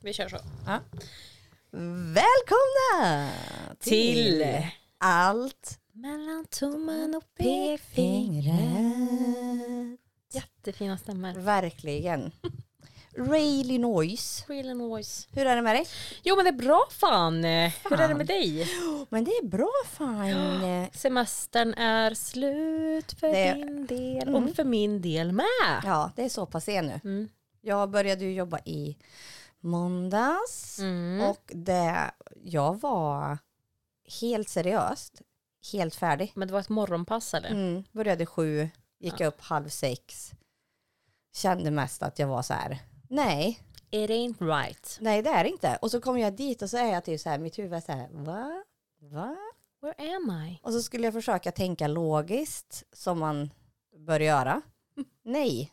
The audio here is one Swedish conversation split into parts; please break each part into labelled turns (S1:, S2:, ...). S1: Vi kör så.
S2: Välkomna
S1: Till
S2: Allt
S1: Mellan tummen och
S2: fingret.
S1: Jättefina stämmor.
S2: Verkligen. Rayleigh Noise.
S1: Real and voice.
S2: Hur är det med dig?
S1: Jo men det är bra fan. Hur är det med dig?
S2: Oh, Men det är bra fan.
S1: Semestern är slut för
S2: Det-
S1: din del
S2: Mm.
S1: och för min del med.
S2: Ja, det är så pass sen nu.
S1: Mm.
S2: Jag började ju jobba i måndags
S1: Mm.
S2: och det, jag var helt seriöst helt färdig.
S1: Men det var ett morgonpass eller?
S2: Mm, började sju, gick jag upp halv sex. Kände mest att jag var så här, nej,
S1: It ain't right.
S2: Nej det är det inte. Och så kommer jag dit och så är jag typ så här, mitt huvud är så här, va? Va?
S1: Where am I?
S2: Och så skulle jag försöka tänka logiskt som man bör göra. Nej,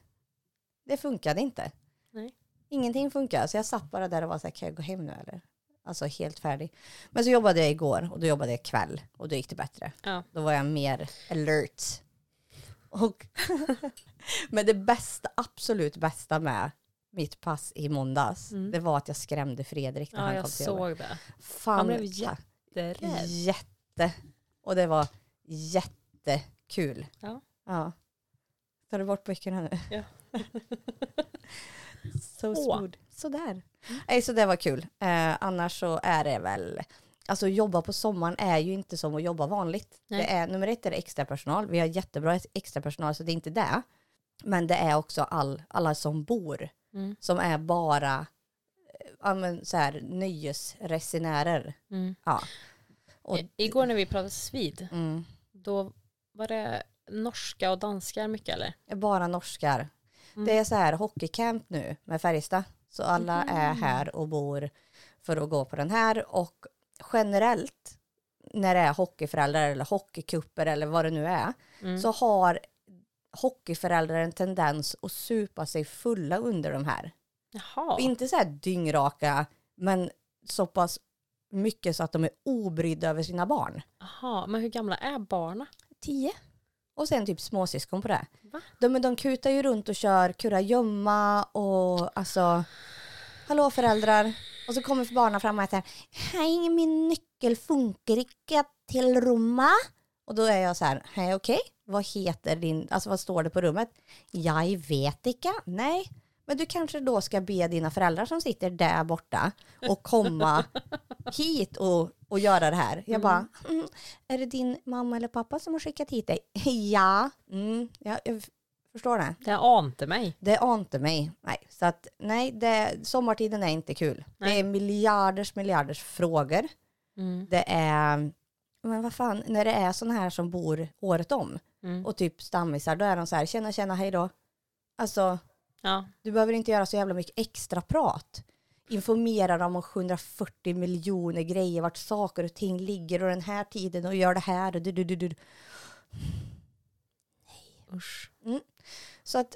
S2: det funkade inte.
S1: Nej.
S2: Ingenting funkar. Så jag satt bara där och var så här, kan jag gå hem nu eller? Alltså helt färdig. Men så jobbade jag igår och då jobbade jag kväll och då gick det bättre.
S1: Ja.
S2: Då var jag mer alert. Och men det bästa, absolut bästa med mitt pass i måndags,
S1: Mm.
S2: det var att jag skrämde Fredrik när
S1: Ja,
S2: han
S1: jag
S2: kom till jobbet.
S1: såg det.
S2: Fan,
S1: Han blev
S2: tack.
S1: jätterädd.
S2: Jätte. Och det var jättekul.
S1: Ja.
S2: ja. Tar du bort böckerna nu?
S1: Ja.
S2: so
S1: Åh. Mm.
S2: smooth. Sådär. Nej, så det var kul. Eh, annars så är det väl, alltså jobba på sommaren är ju inte som att jobba vanligt.
S1: Nej.
S2: Det är, nummer ett är det extra personal. Vi har jättebra extra personal så det är inte det. Men det är också all, alla som bor
S1: Mm.
S2: som är bara eh, ja, men så här, nöjesresenärer.
S1: Mm.
S2: Ja. Och,
S1: I- Igår när vi pratade svid,
S2: mm.
S1: då var det norska och danskar mycket eller?
S2: Bara norskar.
S1: Mm.
S2: Det är så här hockeycamp nu med Färjestad. Så alla
S1: Mm.
S2: är här och bor för att gå på den här. Och generellt när det är hockeyföräldrar eller hockeycuper eller vad det nu är
S1: Mm.
S2: så har hockeyföräldrar en tendens att supa sig fulla under de här.
S1: Jaha.
S2: Och Inte så här dyngraka men så pass mycket så att de är obrydda över sina barn.
S1: Jaha, men hur gamla är barna?
S2: Tio. Och sen typ småsyskon på det.
S1: Va?
S2: De, men de kutar ju runt och kör kurragömma och alltså Hallå föräldrar. Och så kommer barnen fram och säger Hej min nyckel funkar inte till rumma. Och då är jag så här, hej okej, vad heter din, alltså vad står det på rummet? Jag vet inte, nej. Men du kanske då ska be dina föräldrar som sitter där borta och komma hit och, och göra det här. Jag bara, mm, är det din mamma eller pappa som har skickat hit dig? ja, mm, ja, jag förstår det.
S1: Det ante mig.
S2: Det ante mig. Nej, så att nej, det, sommartiden är inte kul. Det
S1: Nej.
S2: är miljarders miljarders frågor.
S1: Mm.
S2: Det är, men vad fan, när det är sådana här som bor året om
S1: Mm.
S2: och typ stammisar, då är de så här, tjena tjena, hej då. Alltså,
S1: Ja.
S2: du behöver inte göra så jävla mycket extra prat. Informera dem om 740 miljoner grejer, vart saker och ting ligger och den här tiden och gör det här. Och du, du, du, du.
S1: Usch.
S2: Så att,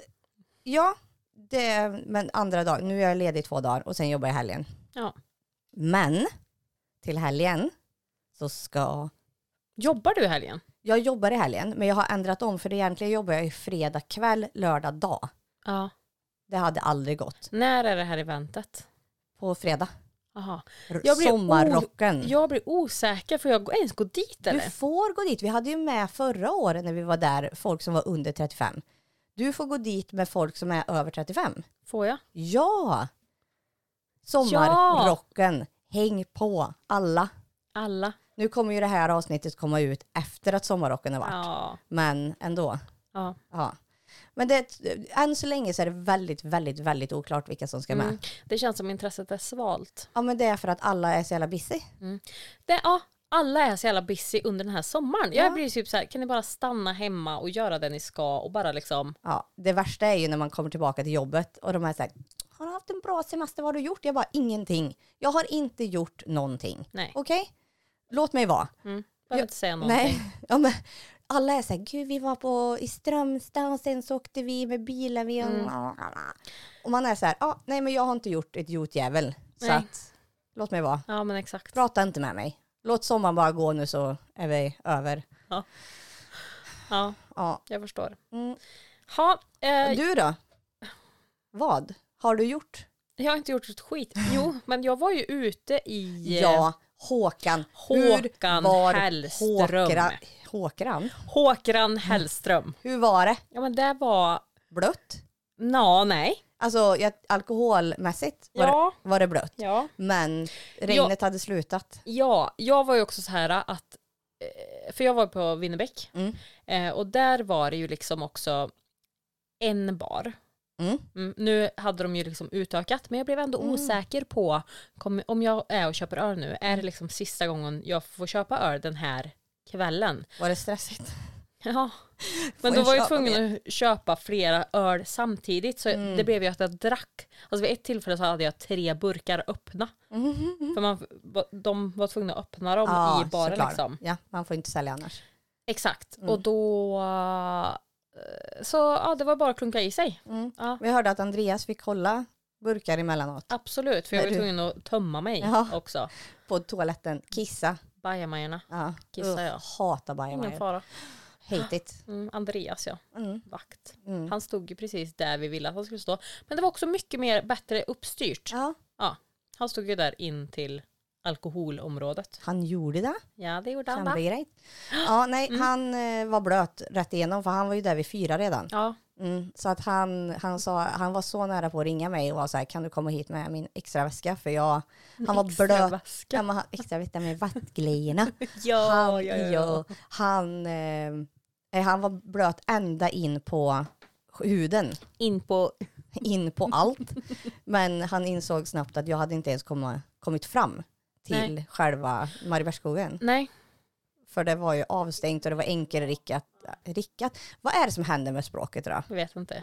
S2: ja, det, men andra dagen, nu är jag ledig i två dagar och sen jobbar jag helgen.
S1: Ja.
S2: Men till helgen så ska
S1: Jobbar du i helgen?
S2: jag jobbar i helgen, men jag har ändrat om för egentligen jobbar jag ju fredag kväll, lördag dag.
S1: Ja.
S2: Det hade aldrig gått.
S1: När är det här eventet?
S2: På fredag.
S1: Aha.
S2: R-
S1: Jag blir
S2: Sommarrocken.
S1: Mm. Jag blir osäker, får jag gå- ens gå dit
S2: Du
S1: eller?
S2: får gå dit. Vi hade ju med förra året när vi var där folk som var under 35. Du får gå dit med folk som är över 35.
S1: Får jag?
S2: Ja! Sommarrocken. Häng på alla.
S1: Alla?
S2: Nu kommer ju det här avsnittet komma ut efter att sommarrocken har varit.
S1: Ja.
S2: Men ändå.
S1: ja.
S2: Ja. Men det, än så länge så är det väldigt, väldigt, väldigt oklart vilka som ska med.
S1: Mm. Det känns som intresset är svalt.
S2: Ja men det är för att alla är så jävla busy.
S1: Det, ja, alla är så jävla busy under den här sommaren.
S2: Ja.
S1: Jag blir typ så här, kan ni bara stanna hemma och göra det ni ska och bara liksom,
S2: Ja, det värsta är ju när man kommer tillbaka till jobbet och de är såhär, har du haft en bra semester, vad har du gjort? Jag bara, ingenting. Jag har inte gjort någonting.
S1: nej.
S2: Okej? Låt mig vara.
S1: Mm. Behöver
S2: Ja,
S1: inte säga någonting.
S2: Nej. Ja, men, alla är såhär, gud vi var på, i Strömstad och sen så åkte vi med bilen. Vi...
S1: Mm.
S2: Och man är såhär, ah, nej men jag har inte gjort ett jotjävel. Så
S1: Nej.
S2: att, låt mig vara.
S1: Ja men exakt.
S2: Prata inte med mig. Låt sommaren bara gå nu så är vi över.
S1: Ja,
S2: Ja.
S1: jag förstår.
S2: Mm.
S1: Ha, eh,
S2: Du då? Vad har du gjort?
S1: Jag har inte gjort ett skit. Jo, men jag var ju ute i... eh,
S2: Ja, Håkan.
S1: Håkan Hellström.
S2: Håkra, Håkran? Mm.
S1: Håkran Hellström.
S2: Hur var det?
S1: Ja men det var...
S2: Blött?
S1: Nå, nej.
S2: Alltså jag, alkoholmässigt var,
S1: Ja.
S2: det, var det blött.
S1: Ja.
S2: Men regnet hade slutat.
S1: ja, jag var ju också så här att... eh, För jag var på Winnerbäck.
S2: Mm.
S1: Eh, och där var det ju liksom också en bar.
S2: Mm.
S1: Mm, nu hade de ju liksom utökat men jag blev ändå
S2: Mm.
S1: osäker på kom, om jag är och köper öl nu, är det liksom sista gången jag får köpa öl den här kvällen?
S2: Var det stressigt?
S1: Ja, men
S2: Får
S1: då
S2: jag
S1: var jag
S2: köpa
S1: tvungen att köpa flera öl samtidigt så
S2: Mm.
S1: det blev ju att jag drack. Alltså vid ett tillfälle så hade jag tre burkar öppna. För man, de var tvungna att öppna dem i baren
S2: såklart.
S1: liksom.
S2: Ja, man får inte sälja annars.
S1: Exakt,
S2: Mm.
S1: och då... eh, Så ja, det var bara att klunka i sig.
S2: Mm.
S1: Ja.
S2: Vi hörde att Andreas fick hålla burkar emellanåt
S1: Absolut, för jag
S2: Men
S1: var ju
S2: du-
S1: tvungen att tömma mig
S2: Ja.
S1: också.
S2: på toaletten. Kissa.
S1: Bajamajorna.
S2: Ja.
S1: Kissa,
S2: Uff,
S1: ja.
S2: Hatar
S1: Ingen
S2: bajamajor.
S1: fara.
S2: Hate it.
S1: Mm, Andreas ja,
S2: Mm.
S1: vakt.
S2: Mm.
S1: Han stod ju precis där vi ville att han skulle stå. Men det var också mycket mer bättre uppstyrt.
S2: Ja.
S1: Han stod ju där in till alkoholområdet.
S2: Han gjorde det.
S1: Ja det gjorde han
S2: Kan
S1: va?
S2: bli grejt. Ja, nej,
S1: Mm.
S2: han eh, var blöt rätt igenom för han var ju där vid fyra redan.
S1: Ja,
S2: Mm. Så att han, han, sa, han var så nära på att ringa mig och var så här, kan du komma hit med min extra väska? För jag, han var
S1: extra
S2: blöt.
S1: väska.
S2: Ja, men han, extra väska med vattglejjorna.
S1: Ja,
S2: han,
S1: ja, ja.
S2: ja, han, eh, eh, han var blöt ända in på huden,
S1: In på...
S2: in på allt. Men han insåg snabbt att jag hade inte ens komma, kommit fram till själva Mariebergsskogen.
S1: Nej,
S2: För det var ju avstängt och det var enkelrickat. Rickat. Vad är det som händer med språket då?
S1: jag vet inte.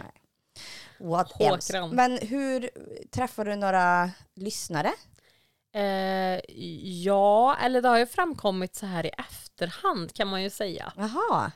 S2: What
S1: Håkran.
S2: else? Men hur träffar du några lyssnare?
S1: Eh, ja, eller det har ju framkommit så här i efterhand kan man ju säga.
S2: Jaha.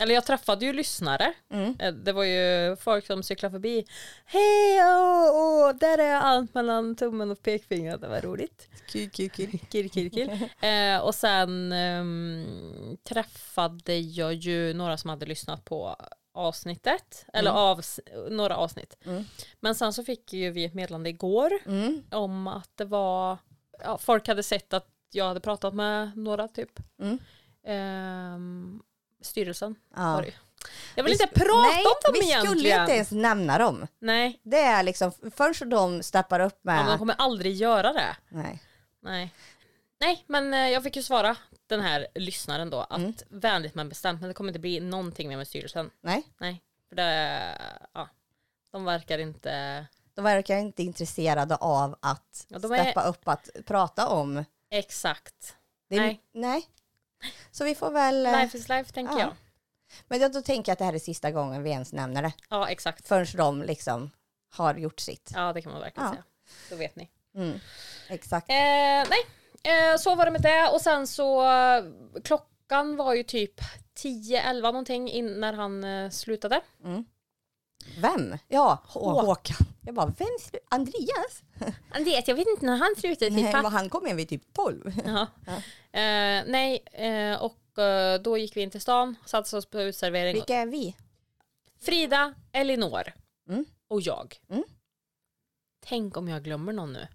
S1: Eller jag träffade ju lyssnare.
S2: Mm.
S1: Eh, Det var ju folk som cyklade förbi. Hej, åh, åh, där är allt mellan tummen och pekfingret. Det var roligt.
S2: Kul, kul, kul.
S1: Kill, kill, kill. Eh, och sen ehm, träffade jag ju några som hade lyssnat på avsnittet. Eller avs några avsnitt.
S2: Mm.
S1: Men sen så fick ju vi ett meddelande igår
S2: Mm.
S1: om att det var, ja, folk hade sett att jag hade pratat med några typ.
S2: Mm.
S1: Ehm, styrelsen var
S2: Ja.
S1: det ju. Jag vill
S2: Vi
S1: inte
S2: sk-
S1: prata
S2: Nej,
S1: om dem
S2: vi
S1: egentligen.
S2: skulle ju inte ens nämna dem.
S1: Nej,
S2: Det är liksom först de steppar upp
S1: ja,
S2: med...
S1: men de kommer aldrig göra det.
S2: Nej.
S1: Nej. Nej, men eh, jag fick ju svara den här lyssnaren då att
S2: Mm.
S1: vänligt men bestämt, men det kommer inte bli någonting mer med styrelsen.
S2: Nej.
S1: Nej, för det, ja, de verkar inte,
S2: De verkar inte intresserade av att
S1: Ja, de är-
S2: steppa upp att prata om.
S1: exakt.
S2: Det är...
S1: Nej.
S2: Nej. Så vi får väl...
S1: Life is life tänker
S2: Eh, Ja.
S1: jag.
S2: Men jag- då tänker jag att det här är sista gången vi ens nämner det.
S1: Ja, exakt.
S2: Förrän de liksom har gjort sitt.
S1: Ja, det kan man verkligen
S2: Ja.
S1: säga. Då vet ni.
S2: Mm. Exakt.
S1: Eh, nej, eh, så var det med det och sen så eh, klockan var ju typ 10-11 någonting in när han eh, slutade.
S2: Vem? Ja, H-
S1: Håkan.
S2: Håkan. Jag bara, vem? slu- Andreas?
S1: Andreas, jag vet inte när han slutade.
S2: Nej, men han kom in vid typ 12.
S1: Ja.
S2: Ja.
S1: Eh, nej, eh, och eh, då gick vi in till stan, satte oss på utservering.
S2: Vilka är vi?
S1: Frida, Elinor
S2: Mm.
S1: och jag.
S2: Mm.
S1: Tänk om jag glömmer någon nu.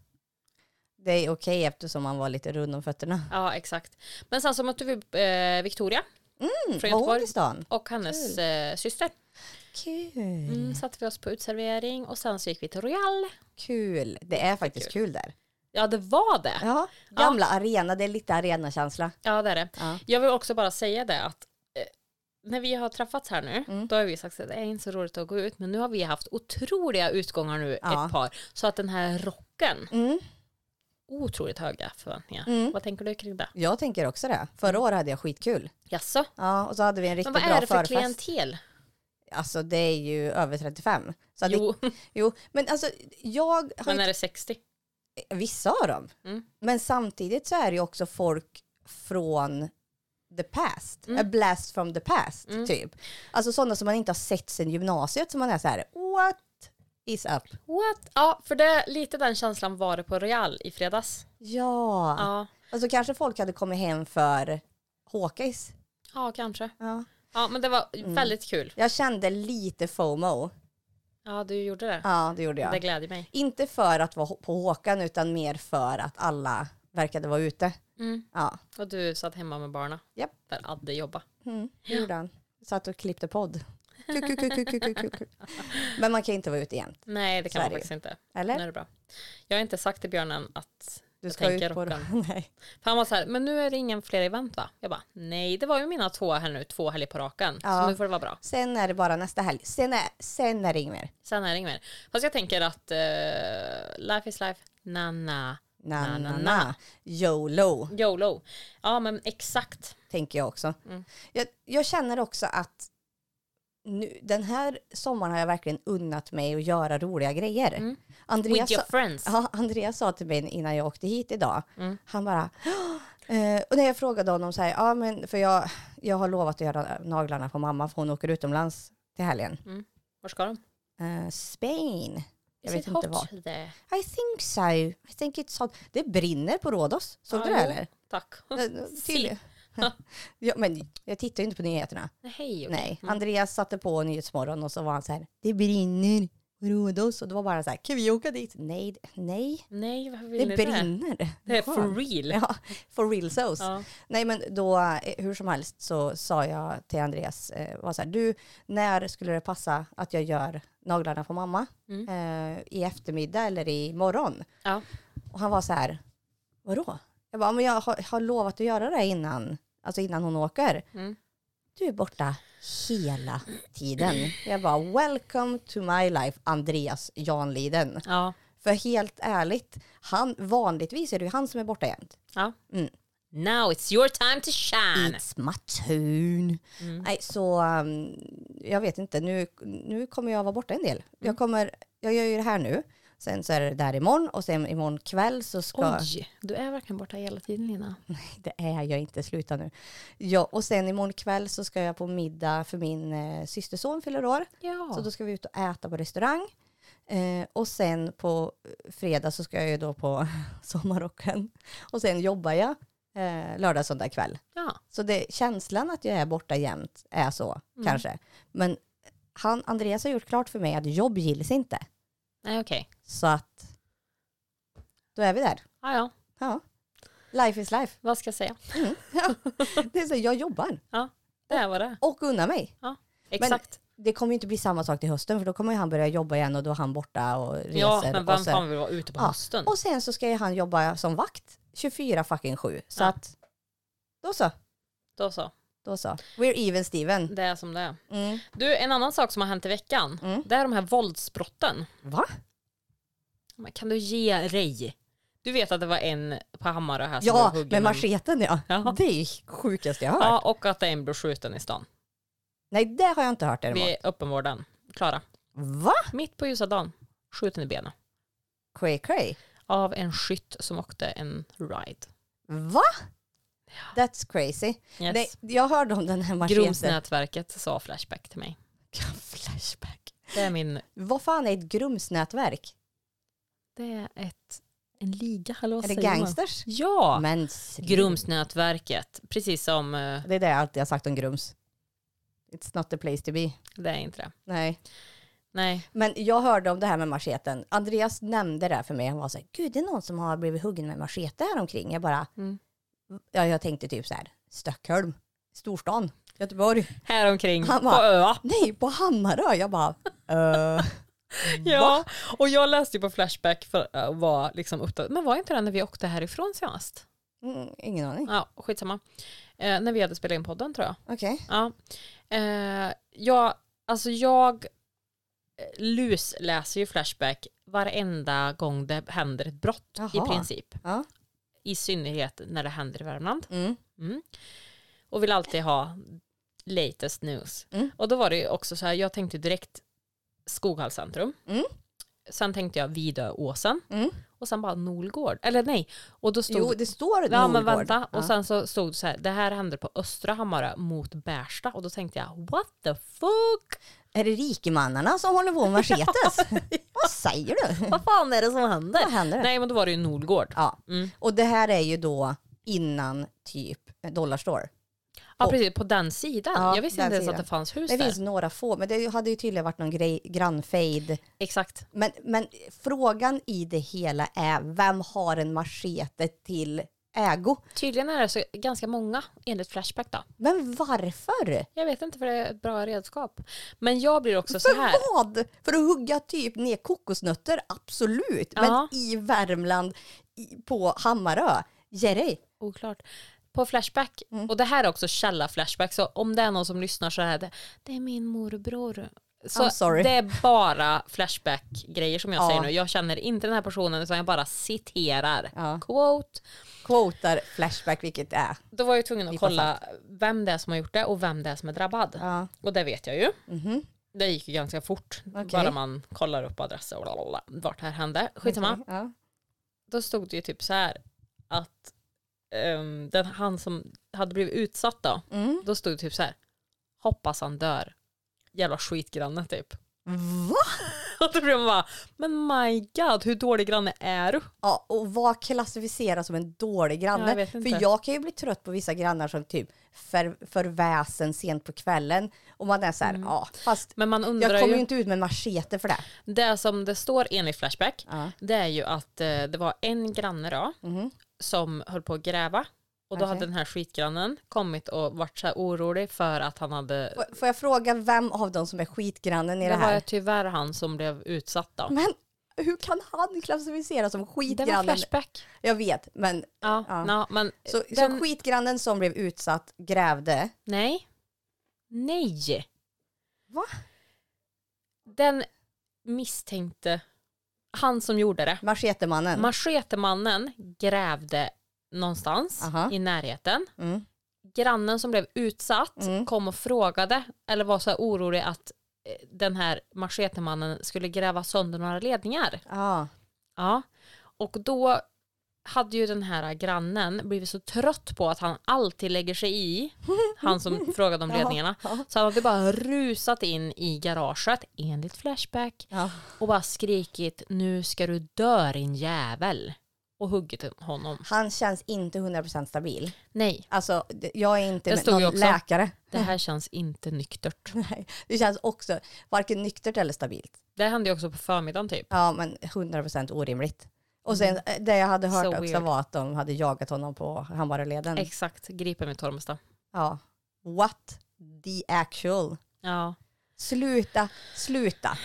S2: Det är okej eftersom han var lite rund om fötterna.
S1: Ja, exakt. Men sen så mötte vi eh, Victoria
S2: Mm,
S1: Från
S2: var hon
S1: Göteborg.
S2: i stan?
S1: och hennes eh, syster.
S2: Kul.
S1: Mm, satte vi oss på utservering och sen så gick vi till Royal.
S2: Kul. Det är faktiskt kul, där.
S1: Ja, det var det.
S2: Ja. Gamla arena, det är lite arenakänsla.
S1: Ja, det är det.
S2: Ja.
S1: Jag vill också bara säga det att eh, när vi har träffats här nu,
S2: Mm.
S1: då har vi sagt att det är inte så roligt att gå ut, men nu har vi haft otroliga utgångar nu,
S2: Ja.
S1: ett par. Så att den här rocken,
S2: Mm.
S1: otroligt höga förväntningar.
S2: Mm.
S1: Vad tänker du kring det?
S2: Jag tänker också det. Förra året hade jag skitkul.
S1: Jaså?
S2: Ja, och så hade vi en riktigt
S1: Men vad
S2: bra
S1: är det för
S2: förfest.
S1: klientel?
S2: Alltså det är ju över 35. Så hade
S1: Jo,
S2: jo, men alltså jag har
S1: men är det 60?
S2: Vissa av dem.
S1: Mm.
S2: Men samtidigt så är det ju också folk från the past.
S1: Mm.
S2: A blast from the past,
S1: Mm.
S2: typ. Alltså sådana som man inte har sett sedan gymnasiet som man är så här, what is up?
S1: What? Ja, för det, lite den känslan var det på Royal i fredags.
S2: Ja.
S1: Ja,
S2: Alltså kanske folk hade kommit hem för Håkis.
S1: ja kanske.
S2: Ja. Mm.
S1: Ja, men det var väldigt kul.
S2: Jag kände lite FOMO.
S1: Ja, du gjorde det.
S2: Ja, det gjorde jag.
S1: Det glädjer mig.
S2: Inte för att vara på Håkan utan mer för att alla verkade vara ute. Ja,
S1: Mm. Och du satt hemma med barna.
S2: Japp.
S1: Där Adde jobba.
S2: mm, det gjorde han. Satt och klippte podd. Kuk, kuk, kuk, kuk, kuk, kuk, kuk. Men man kan inte vara ute igen.
S1: Nej, det kan
S2: Så är
S1: man
S2: det ju.
S1: faktiskt inte. Nu är
S2: Eller?
S1: det bra. Jag har inte sagt till björnen att
S2: Du
S1: Jag
S2: ska
S1: tänker
S2: ut på Nej.
S1: För han var så här, men nu är det ingen fler event va? Jag bara, nej det var ju mina två här nu, två helger på raken.
S2: Ja.
S1: Så nu får det vara bra.
S2: Sen är det bara nästa helg. Sen är, sen är det inget mer.
S1: Sen är det inget mer. Fast jag tänker att eh, life is life, na-na,
S2: Na, na,
S1: na,
S2: na. YOLO,
S1: YOLO. Ja men exakt.
S2: tänker jag också.
S1: Mm.
S2: Jag, jag känner också att nu, den här sommaren har jag verkligen unnat mig att göra roliga grejer.
S1: Mm. With
S2: Andreas,
S1: your friends.
S2: Ja, Andreas sa till mig innan jag åkte hit idag,
S1: Mm.
S2: han bara, "Åh!" eh, och när jag frågade honom så här, ja men för jag, jag har lovat att göra naglarna på mamma för hon åker utomlands till helgen.
S1: Var ska de?
S2: Eh, Spain, jag
S1: Is
S2: vet
S1: it hot
S2: inte var.
S1: there?
S2: I think so, I think it's hot. Det brinner på Rhodos, såg du
S1: Ja,
S2: det
S1: jo.
S2: eller?
S1: Tack.
S2: Eh, Tydligen.
S1: Ja.
S2: ja, men jag tittar ju inte på nyheterna.
S1: Hej. okej.
S2: Nej, Andreas satte på Nyhetsmorgon och så var han så här, det brinner på Rhodos och det var bara så här, kan vi åka dit? Nej, nej,
S1: Nej, varför vill
S2: det
S1: ni det?
S2: brinner.
S1: Det är for
S2: Skönt.
S1: real.
S2: Ja, for real souls.
S1: Ja.
S2: Nej men då, eh, hur som helst så sa jag till Andreas, eh, var så här, du, när skulle det passa att jag gör naglarna på mamma?
S1: Mm.
S2: Eh, I eftermiddag eller i morgon?
S1: Ja.
S2: Och han var så här, vadå? Jag bara, men jag har, har lovat att göra det innan, alltså innan hon åker.
S1: Mm.
S2: Du är borta hela tiden. Jag bara, welcome to my life, Andreas Janliden.
S1: ja.
S2: För helt ärligt, han, vanligtvis är det ju han som är borta jämt.
S1: ja.
S2: Mm.
S1: Now it's your time to shine.
S2: It's my tune.
S1: Mm.
S2: Nej, så um, jag vet inte, nu, nu kommer jag vara borta en del. Jag, kommer, jag gör ju det här nu, sen så är det där imorgon och sen imorgon kväll så ska...
S1: Oj, du är verkligen borta hela tiden Lina.
S2: Det är jag inte, sluta nu. Ja, och sen imorgon kväll så ska jag på middag för min eh, systerson fyller år.
S1: Ja.
S2: Så då ska vi ut och äta på restaurang. Eh, och sen på eh, fredag så ska jag ju då på sommarrocken. Och sen jobbar jag eh, lördag, söndag kväll.
S1: ja.
S2: Så det, känslan att jag är borta jämt är så,
S1: Mm.
S2: kanske. Men han, Andreas har gjort klart för mig att jobb gills inte.
S1: Nej okej.
S2: Så att då är vi där.
S1: Ja, ja.
S2: Ja. Life is life.
S1: Vad ska jag säga?
S2: Det är så, jag jobbar
S1: Det här var det.
S2: och unnar mig.
S1: Exakt.
S2: Det kommer ju inte bli samma sak till hösten för då kommer ju han börja jobba igen och då är han borta och reser.
S1: ja, men vem
S2: och, så-
S1: fan vill vara ute på
S2: Ja.
S1: hösten?
S2: och sen så ska ju han jobba som vakt 24 fucking 7. Så
S1: Ja.
S2: att då så,
S1: Då så.
S2: då så. We're even Steven.
S1: Det är som det är.
S2: Mm.
S1: Du, en annan sak som har hänt i veckan.
S2: Mm.
S1: Det är de här våldsbrotten.
S2: Va?
S1: Men Kan du ge dig? Du vet att det var en på Hammarö här som
S2: Ja,
S1: blev huggen
S2: med
S1: med-
S2: macheten ja.
S1: Ja.
S2: Det är sjukaste jag har hört.
S1: Ja, och att en blev skjuten i stan.
S2: Nej, det har jag inte hört däremot.
S1: Vid öppenvården. Klara.
S2: Va?
S1: Mitt på ljusa dagen. Skjuten i benen.
S2: Cray cray.
S1: Av en skytt som åkte en ride.
S2: Va? That's crazy.
S1: Yes.
S2: Nej, jag hörde om den här macheten.
S1: Grumsnätverket sa Flashback till mig.
S2: Flashback.
S1: Det är min...
S2: Vad fan är ett grumsnätverk?
S1: Det är ett... En liga, hallå vad
S2: Är det
S1: säger man?
S2: gangsters?
S1: Ja!
S2: Men
S1: Grumsnätverket. Precis som... eh,
S2: Det är det jag alltid har sagt om Grums. It's not the place to be.
S1: Det är inte det.
S2: Nej.
S1: Nej.
S2: Men jag hörde om det här med macheten. Andreas nämnde det här för mig. Han var så här, gud det är någon som har blivit huggen med machete här omkring. Jag bara,
S1: Mm.
S2: ja, jag tänkte typ så här, Stockholm, storstan, Göteborg.
S1: Här omkring
S2: Han
S1: på
S2: bara-
S1: öa.
S2: Nej, på Hammarö. Jag bara, eh,
S1: Ja, och jag läste ju på Flashback för att vara liksom uppdaterad. Men var inte det när vi åkte härifrån senast?
S2: mm, ingen aning.
S1: Ja, skitsamma. Eh, när vi hade spelat in podden tror jag.
S2: Okej.
S1: Ja. Eh, jag, alltså jag eh, lusläser ju Flashback varenda gång det händer ett brott i
S2: Jaha.
S1: princip.
S2: Ja.
S1: I synnerhet när det händer i Värmland.
S2: Mm.
S1: Mm. Och vill alltid ha latest news.
S2: Mm.
S1: Och då var det ju också så här, jag tänkte direkt Skoghall centrum.
S2: Mm.
S1: Sen tänkte jag Vidöåsen.
S2: Mm.
S1: Och sen bara Nolgård. Eller nej, och då stod
S2: Jo, det står
S1: Ja
S2: Nordgård.
S1: men vänta,
S2: Ja.
S1: och sen så stod det så här, det här hände på Östra Hammarö mot Bärsta och då tänkte jag what the fuck?
S2: Är det rikemannarna som håller på med machetes? Vad säger du?
S1: Vad fan är det som händer?
S2: Vad händer?
S1: Nej men då var det ju Nolgård.
S2: Ja.
S1: Mm.
S2: Och det här är ju då innan typ Dollarstore.
S1: Ja precis, på den sidan.
S2: Ja,
S1: jag visste
S2: den
S1: inte ens
S2: sidan.
S1: att det fanns hus
S2: Det
S1: där.
S2: finns några få, men det hade ju tydligen varit någon grej, grannfejd.
S1: Exakt.
S2: Men, men frågan i det hela är, vem har en machete till ägo?
S1: Tydligen är det så ganska många enligt Flashback då.
S2: Men varför?
S1: Jag vet inte för det är ett bra redskap. Men jag blir också så
S2: För
S1: här.
S2: vad? För att hugga typ ner kokosnötter? Absolut.
S1: Ja.
S2: Men i Värmland, i, på Hammarö? Jerry?
S1: Oklart. På Flashback,
S2: Mm.
S1: och det här är också källa Flashback, så om det är någon som lyssnar så är det, det är min morbror. Så
S2: I'm sorry.
S1: det är bara Flashback-grejer som jag
S2: Ja.
S1: säger nu. Jag känner inte den här personen utan jag bara citerar.
S2: Ja.
S1: Quote.
S2: Quotar Flashback, vilket det är.
S1: Då var jag ju tvungen att
S2: Vi får
S1: kolla vem det är som har gjort det och vem det är som är drabbad.
S2: Ja.
S1: Och det vet jag ju.
S2: Mhm.
S1: Det gick ju ganska fort.
S2: Okej.
S1: Bara man kollar upp adresser och blablabla, vart det här hände. Skitsamma.
S2: Okej, ja.
S1: Då stod det ju typ så här att ehm, den, han som hade blivit utsatt då,
S2: Mm.
S1: då stod det typ så här. Hoppas han dör. Jävla skitgranne typ.
S2: Va?
S1: Och då blev man bara, men my god hur dålig granne är du?
S2: Ja, och vad klassificeras som en dålig
S1: Ja,
S2: granne?
S1: jag vet inte.
S2: För jag kan ju bli trött på vissa grannar som typ för, för väsen sent på kvällen. Och man är så här, ja, fast
S1: Men man Mm. undrar
S2: jag kommer ju
S1: ju,
S2: inte ut med en machete för det.
S1: det som det står enligt Flashback,
S2: Ja.
S1: det är ju att eh, det var en granne då
S2: Mhm.
S1: som höll på att gräva. Och då
S2: Okej.
S1: hade den här skitgrannen kommit och varit så här orolig för att han hade...
S2: Får- Får jag fråga vem av dem som är skitgrannen i det,
S1: Det var
S2: här?
S1: ju tyvärr han som blev utsatt då.
S2: Men hur kan han klassificeras som
S1: Det var
S2: skitgrannen?
S1: Flashback.
S2: Jag vet, men
S1: Ja,
S2: Ja.
S1: na, men
S2: så,
S1: den,
S2: så skitgrannen som blev utsatt grävde.
S1: Nej. Nej.
S2: Va?
S1: Den misstänkte, han som gjorde det,
S2: Machetemannen.
S1: machetemannen grävde någonstans
S2: Aha.
S1: i närheten.
S2: Mm.
S1: Grannen som blev utsatt
S2: Mm.
S1: kom och frågade, eller var så här orolig att eh, den här machetemannen skulle gräva sönder några ledningar.
S2: Ja.
S1: Ja. Och då hade ju den här grannen blivit så trött på att han alltid lägger sig i, han som frågade om
S2: Ja.
S1: ledningarna,
S2: Ja.
S1: så han hade bara rusat in i garaget, enligt Flashback,
S2: Ja.
S1: och bara skrikit nu ska du dö din jävel. Och huggit honom.
S2: Han känns inte 100% stabil.
S1: Nej,
S2: Alltså, det- jag är inte
S1: Det
S2: med-
S1: stod ju
S2: någon
S1: också.
S2: läkare.
S1: det här känns inte nyktert.
S2: Nej, det känns också varken nyktert eller stabilt.
S1: Det hände ju också på förmiddagen typ.
S2: Ja, men 100% orimligt. Och sen eh, det jag hade hört
S1: Mm. So
S2: också
S1: weird.
S2: var att de hade jagat honom på Hammaröleden.
S1: Exakt, gripen vid Tormestad.
S2: Ja. What the actual?
S1: Ja.
S2: Sluta, sluta.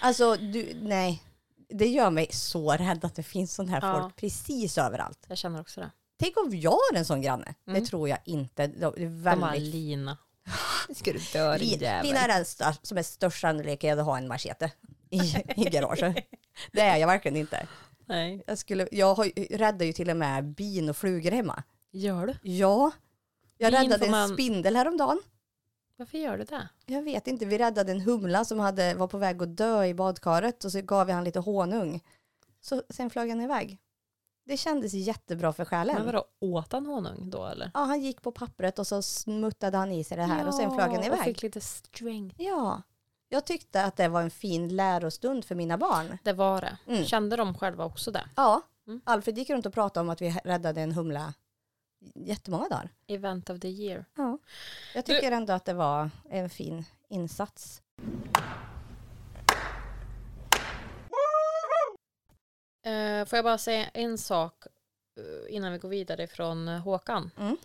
S2: Alltså, du, nej. Det gör mig så rädd att det finns sån här
S1: Ja.
S2: folk precis överallt.
S1: jag känner också det.
S2: Tänk om jag har en sån granne.
S1: Mm.
S2: Det tror jag inte. De- Det är
S1: De bara
S2: väldigt...
S1: Lina. Ska du dö
S2: Lin- Lina är den stör- som är störst sannolikhet att ha en machete i, i garaget. Det är jag verkligen inte.
S1: Nej.
S2: Jag, skulle, jag har, ju- räddar ju till och med bin och flugor hemma.
S1: Gör du?
S2: Ja. Jag
S1: Bin
S2: räddade
S1: får man-
S2: en spindel häromdagen.
S1: Varför gör du det?
S2: Jag vet inte, vi räddade en humla som hade, var på väg att dö i badkaret och så gav vi han lite honung. Så sen flög han iväg. Det kändes jättebra för
S1: Men
S2: själen.
S1: vadå, åt han honung då eller?
S2: Ja, han gick på pappret och så smuttade han i sig det här och sen flög han
S1: Och
S2: iväg.
S1: fick lite strength.
S2: Ja. Jag tyckte att det var en fin lärostund för mina barn.
S1: Det var det.
S2: Mm.
S1: Kände de själva också det?
S2: Ja,
S1: Mm.
S2: Alfred gick runt och pratade om att vi räddade en humla jättemånga dagar.
S1: Event of the year.
S2: Ja. Jag
S1: Du-
S2: tycker ändå att det var en fin insats.
S1: Eh, får jag bara säga en sak eh, innan vi går vidare från eh, Håkan?
S2: Mm.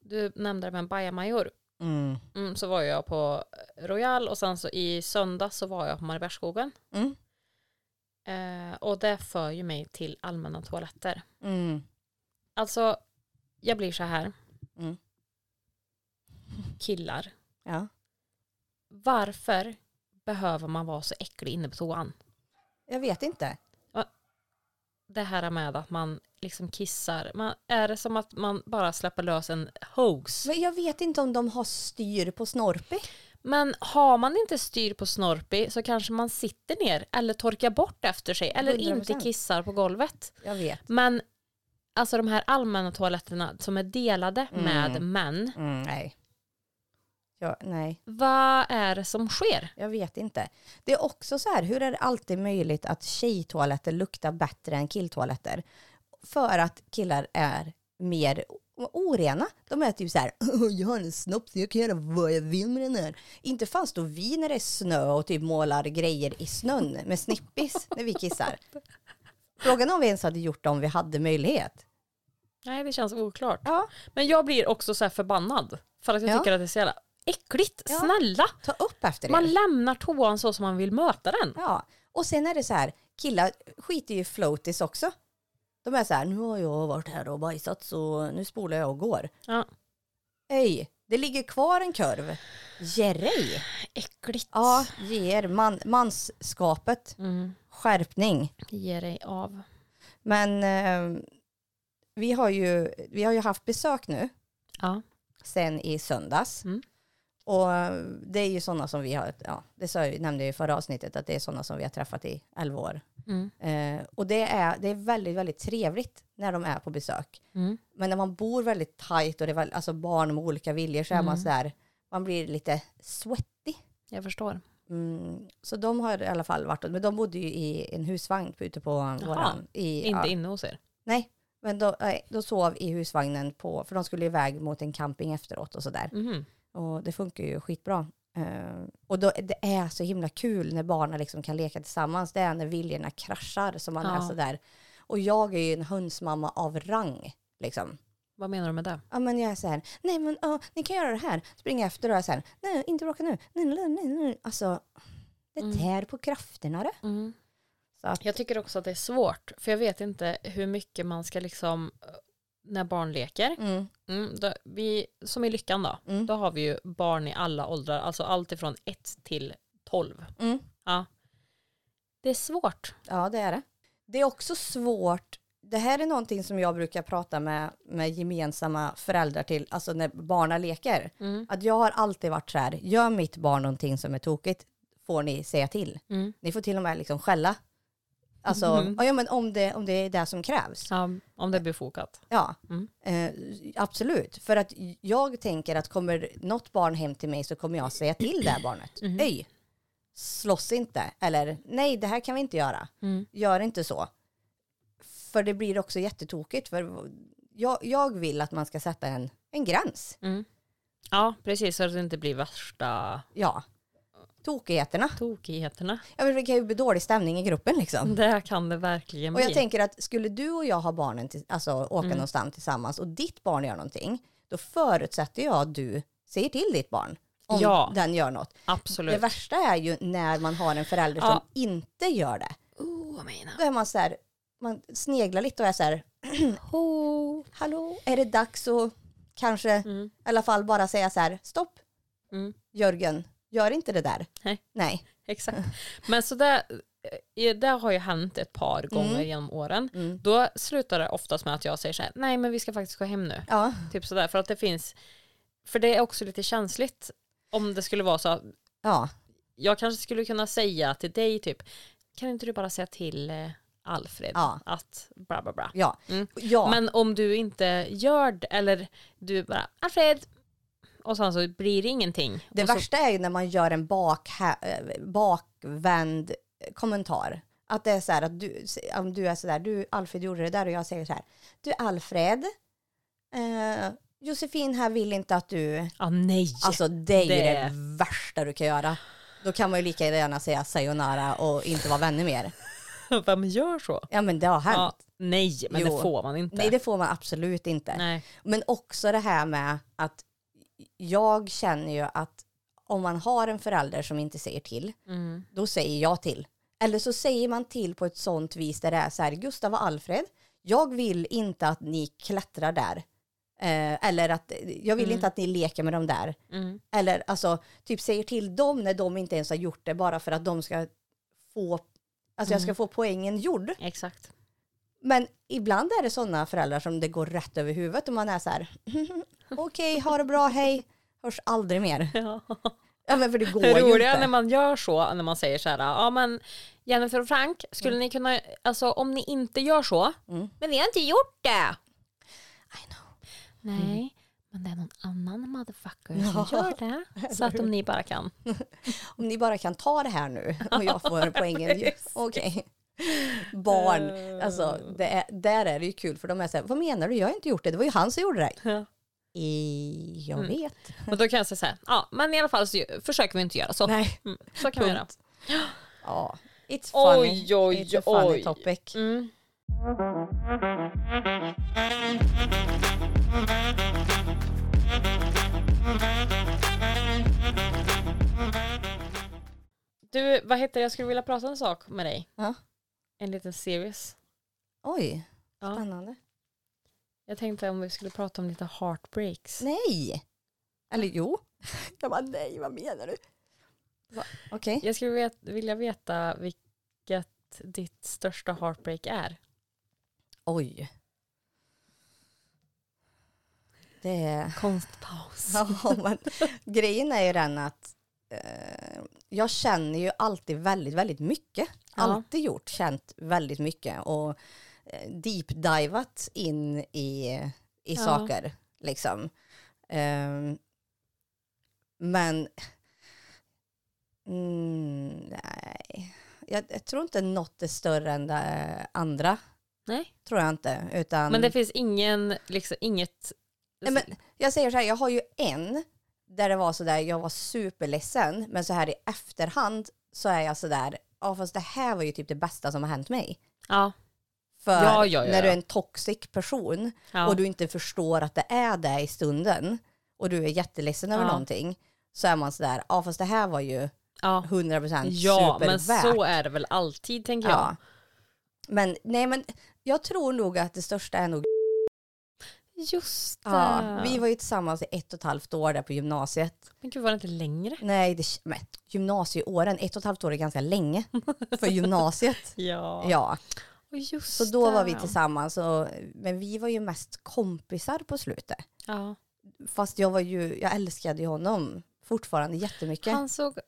S1: Du nämnde det med en bajamajor. Mm, så var jag på Royal och sen så i söndag så var jag på Mariebergsskogen.
S2: Mm.
S1: Eh, och det för ju mig till allmänna toaletter.
S2: Mm.
S1: Alltså, jag blir så här.
S2: Mm.
S1: Killar,
S2: Ja.
S1: varför behöver man vara så äcklig inne på toan?
S2: Jag vet inte.
S1: det här med att man liksom kissar. Man, är det som att man bara släpper lös en hoax?
S2: Men jag vet inte om de har styr på Snorpy.
S1: Men har man inte styr på Snorpy så kanske man sitter ner eller torkar bort efter sig eller
S2: 100%.
S1: inte kissar på golvet.
S2: Jag vet.
S1: Men alltså de här allmänna toaletterna som är delade
S2: Mm.
S1: med män.
S2: Mm, nej. Ja, nej,
S1: Vad är det som sker?
S2: jag vet inte. Det är också så här, hur är det alltid möjligt att tjejtoaletter luktar bättre än killtoaletter? För att killar är mer o- orena. De är typ så här, jag har en snopp så jag kan göra vad jag vill med den här. Inte fan står vi när det är snö och typ målar grejer i snön med snippis när vi kissar. Frågan är om vi ens hade gjort det om vi hade möjlighet.
S1: Nej det känns oklart.
S2: Ja.
S1: Men jag blir också så här förbannad. För att jag
S2: Ja.
S1: tycker att det är så jävla äckligt.
S2: Ja.
S1: Snälla!
S2: Ta upp efter det.
S1: Man lämnar toan så som man vill möta den.
S2: Ja, och sen är det så här, killar skiter ju i floaties också. De är så här, nu har jag varit här och bajsat så nu spolar jag och går.
S1: Ja.
S2: Hej, det ligger kvar en kurv. Ge dig.
S1: Äckligt.
S2: Ja, ge er man, mansskapet.
S1: Mm.
S2: Skärpning.
S1: Ge dig av.
S2: Men eh, vi, har ju, vi har ju haft besök nu
S1: Ja.
S2: sen i söndags.
S1: Mm.
S2: Och eh, det är ju sådana som vi har, ja, det sa jag, nämnde jag i förra avsnittet, att det är sådana som vi har träffat i 11 år.
S1: Mm.
S2: Eh, och det är, det är väldigt, väldigt trevligt när de är på besök.
S1: Mm.
S2: Men när man bor väldigt tajt och det är väl, alltså barn med olika viljor så är man
S1: Mm.
S2: så här, man blir lite svettig.
S1: Jag förstår.
S2: Mm, så de har i alla fall varit, men de bodde ju i en husvagn ute på våran. I, ja,
S1: Inte inne hos er.
S2: Nej, men de, nej, de sov i husvagnen på, för de skulle iväg mot en camping efteråt och sådär.
S1: Mhm.
S2: Och det funkar ju skitbra. Eh, och då, det är så himla kul när barnen liksom kan leka tillsammans. Det är när viljorna kraschar som man är
S1: Ja.
S2: sådär. Och jag är ju en hönsmamma av rang. Liksom.
S1: Vad menar du med det?
S2: Ja men jag är såhär, nej men ja, ni kan göra det här. Springa efter och jag är såhär, nej inte bråka nu. Nej, nej, nej, nej. Alltså, det
S1: Mm.
S2: tär på krafterna det. Så att,
S1: Jag tycker också att det är svårt. För jag vet inte hur mycket man ska liksom eh, när barn leker.
S2: mm,
S1: Mm, då, vi, som i Lyckan då.
S2: Mm.
S1: Då har vi ju barn i alla åldrar. Alltså allt ifrån 1 till 12.
S2: mm.
S1: Ja. Det är svårt.
S2: Ja, det är det. Det är också svårt. Det här är någonting som jag brukar prata med, med gemensamma föräldrar till, alltså när barna leker.
S1: Mm.
S2: Att jag har alltid varit så här, gör mitt barn någonting som är tokigt får ni säga till.
S1: Mm.
S2: Ni får till och med liksom skälla. Alltså,
S1: Mhm.
S2: ja, men om, det, om det är det som krävs.
S1: Ja, om det är befogat.
S2: Ja,
S1: Mm.
S2: eh, absolut. För att jag tänker att kommer något barn hem till mig så kommer jag säga till det här barnet.
S1: Mhm.
S2: Öj, slåss inte. Eller nej, det här kan vi inte göra gör inte så. För det blir också jättetokigt. För jag, jag vill att man ska sätta en, en gräns.
S1: Mm. Ja, precis. Så att det inte blir värsta
S2: Ja. Tokigheterna.
S1: tokigheterna.
S2: Ja, men det kan ju bli dålig stämning i gruppen liksom.
S1: Det kan det verkligen
S2: Och jag
S1: bli.
S2: tänker att skulle du och jag ha barnen, till, alltså åka
S1: Mm.
S2: någonstans tillsammans och ditt barn gör någonting, då förutsätter jag att du säger till ditt barn om
S1: Ja.
S2: den gör något.
S1: Absolut.
S2: Det värsta är ju när man har en förälder
S1: Ja.
S2: som inte gör det.
S1: Oh, mina.
S2: Då är man så här, man sneglar lite och är så här,
S1: Oh.
S2: hallå, är det dags att kanske
S1: Mm.
S2: i alla fall bara säga så här, stopp
S1: Mm.
S2: Jörgen, gör inte det där.
S1: Nej.
S2: Nej.
S1: Exakt. Men så där, eh, det har ju hänt ett par gånger
S2: Mm.
S1: genom åren.
S2: Mm.
S1: Då slutar det oftast med att jag säger så här, nej men vi ska faktiskt gå hem nu.
S2: Ja,
S1: Typ sådär, för att det finns, för det är också lite känsligt om det skulle vara så. att
S2: ja,
S1: Jag kanske skulle kunna säga till dig typ, kan inte du bara säga till eh, Alfred
S2: Ja.
S1: att bla bla bla.
S2: ja.
S1: Mm.
S2: ja.
S1: Men om du inte gör det, eller du bara Alfred, och sen så blir det ingenting.
S2: det
S1: och så,
S2: värsta är ju när man gör en bakhä- eh, bakvänd eh, kommentar. Att det är så här att du, om du är så där, du Alfred gjorde det där och jag säger så här, du Alfred, eh, Josefin här vill inte att du,
S1: Ja Ah, nej.
S2: alltså det är ju
S1: Det-
S2: det värsta du kan göra. Då kan man ju lika gärna säga sayonara och inte vara vänner mer.
S1: Vem gör så?
S2: Ja men det har hänt.
S1: Ja, nej, men
S2: Jo.
S1: det får man inte.
S2: Nej det får man absolut inte.
S1: Nej.
S2: Men också det här med att jag känner ju att om man har en förälder som inte säger till,
S1: Mm.
S2: då säger jag till. Eller så säger man till på ett sånt vis där det är så här, Gustav och Alfred, jag vill inte att ni klättrar där. Eh, eller att jag vill
S1: Mm.
S2: inte att ni leker med dem där.
S1: Mm.
S2: Eller alltså, typ säger till dem när de inte ens har gjort det bara för att de ska få, alltså jag ska
S1: Mm.
S2: få poängen gjord.
S1: Exakt.
S2: Men ibland är det sådana föräldrar som det går rätt över huvudet och man är så här, okej, ha det bra, hej, hörs aldrig mer.
S1: Ja.
S2: Ja men för det går
S1: Det
S2: ju
S1: roliga är när
S2: inte.
S1: man gör så, när man säger så här, ja men Jennifer och Frank, skulle ni kunna, alltså om ni inte gör så,
S2: Mm.
S1: men vi har inte gjort det.
S2: I know. Mm.
S1: Nej, men det är någon annan motherfucker
S2: Ja.
S1: som gör det. Så att om ni bara kan.
S2: Om ni bara kan ta det här nu och jag får poängen.
S1: precis.
S2: Okej. barn. Alltså, det är, där är det ju kul för de är så här, vad menar du? Jag har inte gjort det. Det var ju han som gjorde det.
S1: Ja.
S2: I, jag
S1: Mm.
S2: vet.
S1: Men då kan jag säga så här, ja men i alla fall så försöker vi inte göra så.
S2: Nej.
S1: Mm, så kan vi göra.
S2: Ja. It's funny.
S1: Oj oj
S2: It's a funny
S1: oj.
S2: topic.
S1: Mm. Du, vad heter det? Jag skulle vilja prata en sak med dig.
S2: Ja.
S1: En liten series.
S2: Oj,
S1: Ja.
S2: spännande.
S1: Jag tänkte om vi skulle prata om lite heartbreaks.
S2: Nej! Eller jo. Jag bara nej, vad menar du? Va? Okej.
S1: Jag skulle vet, vilja veta vilket ditt största heartbreak är.
S2: Oj. Det är...
S1: Konstpaus.
S2: Ja, men, grejen är ju den att eh, jag känner ju alltid väldigt, väldigt mycket.
S1: Ja.
S2: Alltid gjort, känt väldigt mycket och eh, deep-divat in i, i
S1: Ja.
S2: saker. Liksom. Ehm, men mm, nej, jag, jag tror inte något är större än det andra.
S1: Nej.
S2: Tror jag inte. Utan...
S1: Men det finns ingen, liksom inget...
S2: Nej, men jag säger så här, jag har ju en där det var så där, jag var superledsen, men så här i efterhand så är jag så där, ja fast det här var ju typ det bästa som har hänt mig.
S1: ja,
S2: För
S1: Ja, ja, ja,
S2: när du
S1: ja.
S2: är en toxic person
S1: ja.
S2: och du inte förstår att det är det i stunden och du är jätteledsen över
S1: Ja.
S2: någonting så är man så där, ja fast det här var ju
S1: ja.
S2: 100%
S1: Ja, men
S2: supervärt.
S1: så är det väl alltid tänker jag.
S2: ja. Men nej men jag tror nog att det största är nog
S1: Just det.
S2: Ja, vi var ju tillsammans i ett och ett halvt år där på gymnasiet.
S1: Men gud var det inte längre?
S2: Nej, det, men, gymnasieåren, ett och ett halvt år är ganska länge för gymnasiet.
S1: Ja.
S2: Ja,
S1: Och Just
S2: så då var vi
S1: det.
S2: tillsammans, och, men vi var ju mest kompisar på slutet.
S1: Ja.
S2: Fast jag var ju, jag älskade ju honom fortfarande jättemycket.
S1: Han såg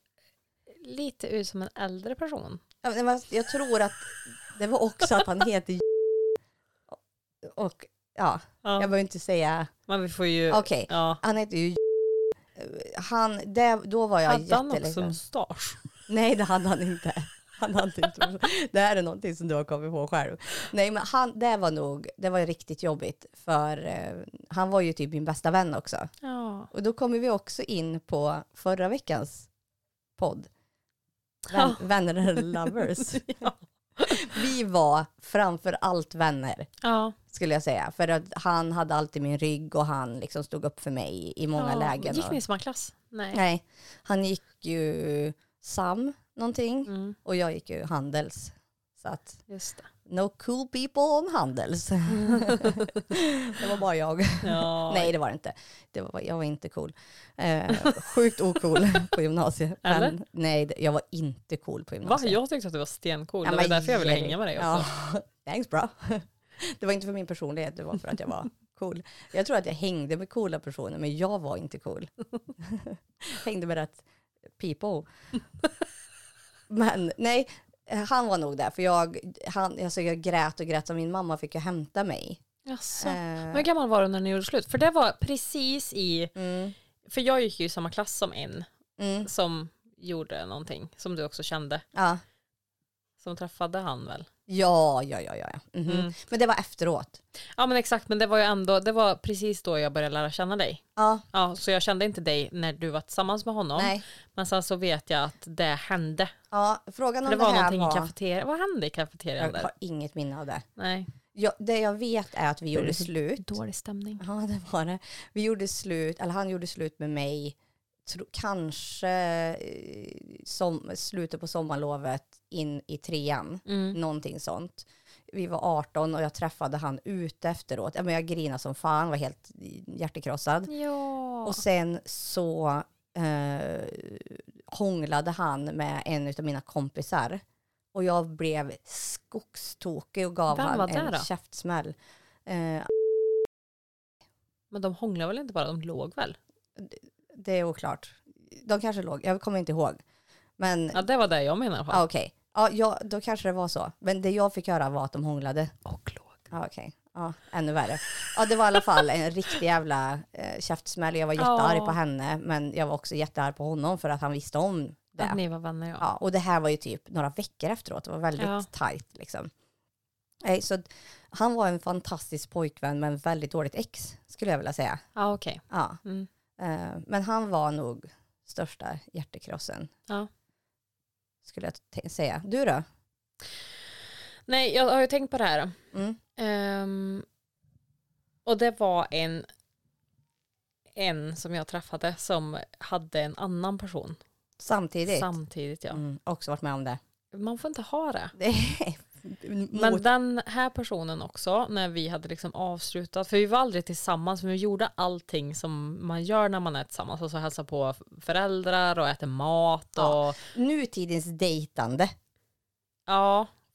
S1: lite ut som en äldre person.
S2: Ja, men vad- Jag tror att det var också att han heter och ja, jag behöver inte säga,
S1: Men vi får ju...
S2: okej,
S1: Ja.
S2: han heter ju han, det, då var jag
S1: Hade han också
S2: jätteledsen.
S1: mustasch?
S2: Nej, det hade han inte. Han hade inte. Det här är någonting som du har kommit på själv. Nej, men han, det var nog, det var riktigt jobbigt för eh, han var ju typ min bästa vän också.
S1: Ja.
S2: Och då kommer vi också in på förra veckans podd. Vän,
S1: Ja.
S2: Vänner and lovers.
S1: Ja.
S2: Vi var framför allt vänner
S1: ja.
S2: skulle jag säga. För att han hade alltid min rygg och han liksom stod upp för mig i många
S1: ja.
S2: lägen.
S1: Gick
S2: och,
S1: ni i samma klass? Nej.
S2: Nej, han gick ju SAM någonting.
S1: Mm,
S2: Och jag gick ju Handels. Så att
S1: just det.
S2: no cool people on Handels. det var bara jag.
S1: Ja.
S2: Nej det var det inte. Det var, jag var inte cool. Eh, sjukt ocool på gymnasiet.
S1: Eller?
S2: Men, nej det- jag var inte cool på
S1: Va?
S2: gymnasiet.
S1: Jag tyckte att du var stencool.
S2: Ja,
S1: det var
S2: men
S1: därför jag ville
S2: gej.
S1: hänga med dig också.
S2: Ja, thanks bra. Det var inte för min personlighet, det var för att jag var cool. Jag tror att jag hängde med coola personer, men jag var inte cool. hängde med rätt people. Men nej, han var nog där, för jag, han, alltså jag grät och grät, så min mamma fick ju hämta mig.
S1: Jaså. Men hur
S2: Eh,
S1: gammal var du när ni gjorde slut? För det var precis i,
S2: mm,
S1: för jag gick ju i samma klass som en
S2: mm,
S1: som gjorde någonting som du också kände.
S2: ja.
S1: Som träffade han väl?
S2: ja, ja, ja, ja. ja. Mhm.
S1: Mm.
S2: Men det var efteråt.
S1: Ja men exakt men det var ju ändå, det var precis då jag började lära känna dig.
S2: Ja,
S1: Ja, så jag kände inte dig när du var tillsammans med honom.
S2: nej.
S1: Men sen så vet jag att det hände.
S2: Ja,
S1: För
S2: frågan om
S1: det
S2: det,
S1: var
S2: här
S1: någonting i
S2: var...
S1: kafeterian. Vad hände i kafeterian
S2: Jag
S1: där?
S2: har inget minne av det.
S1: Nej.
S2: Jag, det jag vet är att vi gjorde
S1: Väldigt
S2: slut.
S1: Dålig stämning.
S2: Ja, det var det. Vi gjorde slut, eller han gjorde slut med mig, tro, kanske eh, som, slutet på sommarlovet in i trean.
S1: Mm.
S2: Någonting sånt. Vi var 18 och jag träffade han ute efteråt. Ja, men jag grinade som fan, var helt hjärtekrossad.
S1: Ja.
S2: Mm. Och sen så eh, hånglade han med en av mina kompisar. Och jag blev skogstokig och gav
S1: Vem var
S2: han
S1: det
S2: en
S1: då?
S2: käftsmäll. Eh,
S1: Men de hånglade väl inte bara, de låg väl?
S2: det är oklart. De kanske låg, jag kommer inte ihåg. Men
S1: Ja det var det jag menade i alla fall.
S2: ja, okej, ja, ja, då kanske det var så. Men det jag fick höra var att de hånglade.
S1: Och låg.
S2: Ja, okej. Ja, ännu värre. Ja, det var i alla fall en riktig jävla eh, käftsmäll. Jag var jättearg
S1: Ja.
S2: på henne, men jag var också jättearg på honom för att han visste om det.
S1: Att ni var vänner ja.
S2: Ja, och det här var ju typ några veckor efteråt. Det var väldigt
S1: Ja.
S2: tajt liksom. Nej, så att han var en fantastisk pojkvän men väldigt dåligt ex skulle jag vilja säga.
S1: Ja okej.
S2: Ja.
S1: Mm.
S2: eh, men han var nog största hjärtekrossen.
S1: Ja.
S2: Skulle jag t- säga. Du då?
S1: Nej jag har ju tänkt på det här.
S2: Mm.
S1: Ehm, och det var en en som jag träffade som hade en annan person
S2: Samtidigt?
S1: samtidigt ja.
S2: Mm, också varit med om det.
S1: Man får inte ha det.
S2: Det är mot-
S1: Men den här personen också, när vi hade liksom avslutat, för vi var aldrig tillsammans, men vi gjorde allting som man gör när man är tillsammans, alltså hälsa på föräldrar och äter mat och
S2: Ja.
S1: ja,
S2: Nutidens dejtande.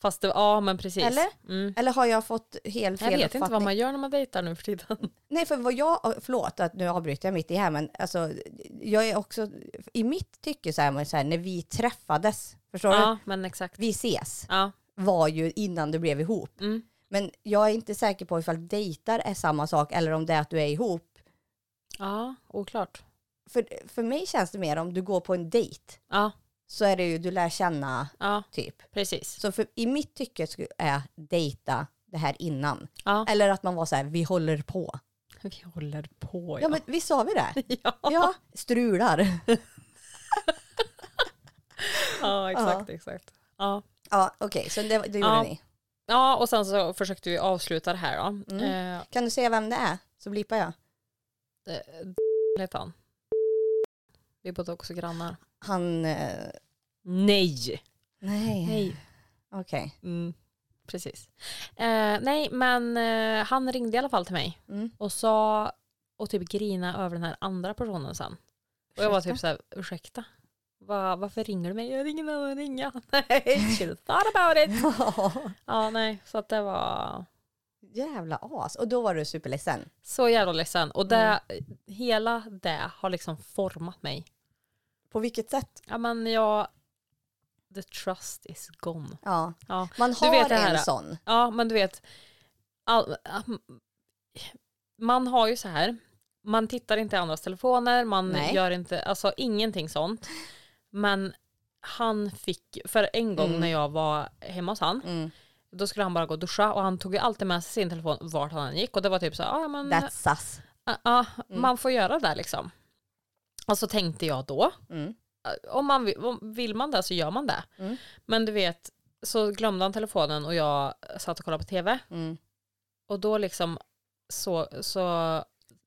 S1: fast det, ja men precis.
S2: Eller?
S1: Mm.
S2: Eller har jag fått helt fel
S1: Jag vet inte vad
S2: uppfattning?
S1: man gör när man dejtar nu för tiden.
S2: Nej, för vad jag, förlåt att nu avbryter jag mitt i här, men alltså, jag är också, i mitt tycke så är man ju så här, när vi träffades, förstår du?
S1: Ja men exakt.
S2: Vi ses,
S1: Ja.
S2: var ju innan du blev ihop.
S1: Mm.
S2: Men jag är inte säker på ifall dejtar är samma sak eller om det är att du är ihop.
S1: ja, oklart.
S2: För, för mig känns det mer om du går på en dejt,
S1: Ja,
S2: så är det ju, du lär känna
S1: ja
S2: typ.
S1: precis.
S2: Så för, i mitt tycke sku- är dejta det här innan.
S1: Ja.
S2: Eller att man var så här, vi håller på.
S1: Vi håller på
S2: Ja, men visst sa vi det?
S1: ja.
S2: Ja, strular.
S1: ja exakt, exakt. Ja.
S2: Ja, okej, så det, det gjorde
S1: Ja.
S2: ni.
S1: ja och sen så försökte vi avsluta det här då. Eh,
S2: Kan du säga vem det är? Så blipar jag.
S1: Eh, heter han. Vi bodde också grannar.
S2: Han... Eh,
S1: Nej!
S2: nej. Okej.
S1: Mm, precis. Eh, nej, men eh, han ringde i alla fall till mig
S2: Mm.
S1: och sa och typ grina över den här andra personen sen. Och jag var typ såhär, ursäkta? Va, varför ringer du mig? Jag ringer någon att ringa. Nej, should have thought about it. Ja, nej, så att det var
S2: Jävla as. Och då var du superledsen.
S1: så jävla ledsen. Och det, hela det har liksom format mig.
S2: På vilket sätt?
S1: Ja, men jag, the trust is gone.
S2: Ja.
S1: Ja.
S2: Man har
S1: vet det
S2: en
S1: här-
S2: sån.
S1: Ja, men du vet. All, am- man har ju så här. Man tittar inte i andras telefoner, man
S2: Nej.
S1: gör inte, alltså ingenting sånt. Men han fick, för en gång
S2: Mm.
S1: när jag var hemma hos han,
S2: Mm.
S1: då skulle han bara gå och duscha och han tog ju alltid med sig sin telefon vart han än gick och det var typ så här, ah, men,
S2: That's us.
S1: ah, ah,
S2: Mm.
S1: man får göra det liksom. Och så tänkte jag då,
S2: Mm.
S1: om man vill, om- vill man det så gör man det.
S2: Mm.
S1: Men du vet, så glömde han telefonen och jag satt och kollade på tv
S2: Mm.
S1: och då liksom så, så,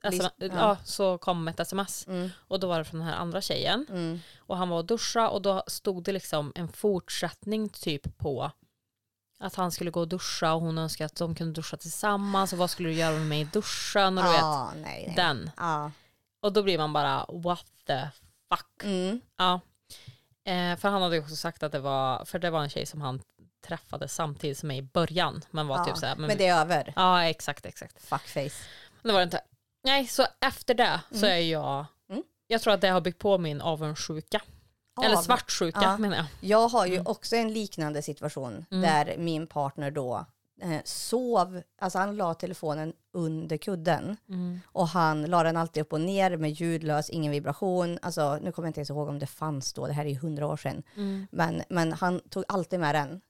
S2: Lys-
S1: sm-
S2: ja.
S1: ja. så kom ett sms
S2: Mm.
S1: och då var det från den här andra tjejen
S2: Mm.
S1: och han var och duscha och då stod det liksom en fortsättning typ på att han skulle gå och duscha och hon önskade att de kunde duscha tillsammans och vad skulle du göra med mig i duschen och du vet
S2: ah, nej, nej.
S1: den.
S2: Ja.
S1: Och då blir man bara what the fuck.
S2: Mm.
S1: Ja. Eh, för han hade ju också sagt att det var, för det var en tjej som han träffade samtidigt som mig i början men var
S2: ja.
S1: typ såhär,
S2: Ah. men,
S1: men,
S2: det är över.
S1: ja exakt exakt.
S2: Fuckface.
S1: Det var det inte. Nej, så efter det så är jag...
S2: Mm.
S1: Jag tror att det har byggt på min avundsjuka. Eller Mm.
S2: Av-
S1: svartsjuka
S2: Ja.
S1: menar jag.
S2: Jag har ju också en liknande situation
S1: Mm.
S2: där min partner då eh, sov, alltså han la telefonen under kudden
S1: Mm.
S2: och han la den alltid upp och ner med ljudlös, ingen vibration. Alltså nu kommer jag inte ens ihåg om det fanns då, det här är ju hundra år sedan.
S1: Mm.
S2: Men, men han tog alltid med den.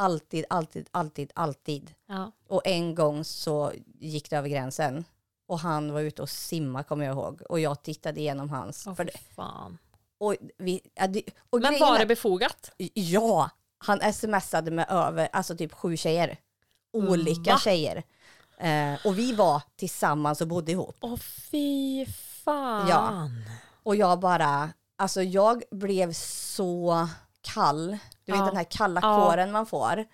S2: Alltid, alltid, alltid, alltid.
S1: Ja.
S2: Och en gång så gick det över gränsen och han var ute och simma kommer jag ihåg och jag tittade igenom hans.
S1: Åh,
S2: för
S1: fy fan.
S2: och vi, ja, det, och
S1: Men
S2: grejen är-
S1: var det befogat?
S2: Ja, han smsade med över, alltså typ sju tjejer. Olika
S1: Mm. Va?
S2: tjejer. Eh, och vi var tillsammans och bodde ihop.
S1: Åh fy fan.
S2: Ja. Och jag bara, alltså jag blev så kall. Du vet
S1: Ja.
S2: den här kalla
S1: Ja.
S2: kåren man får.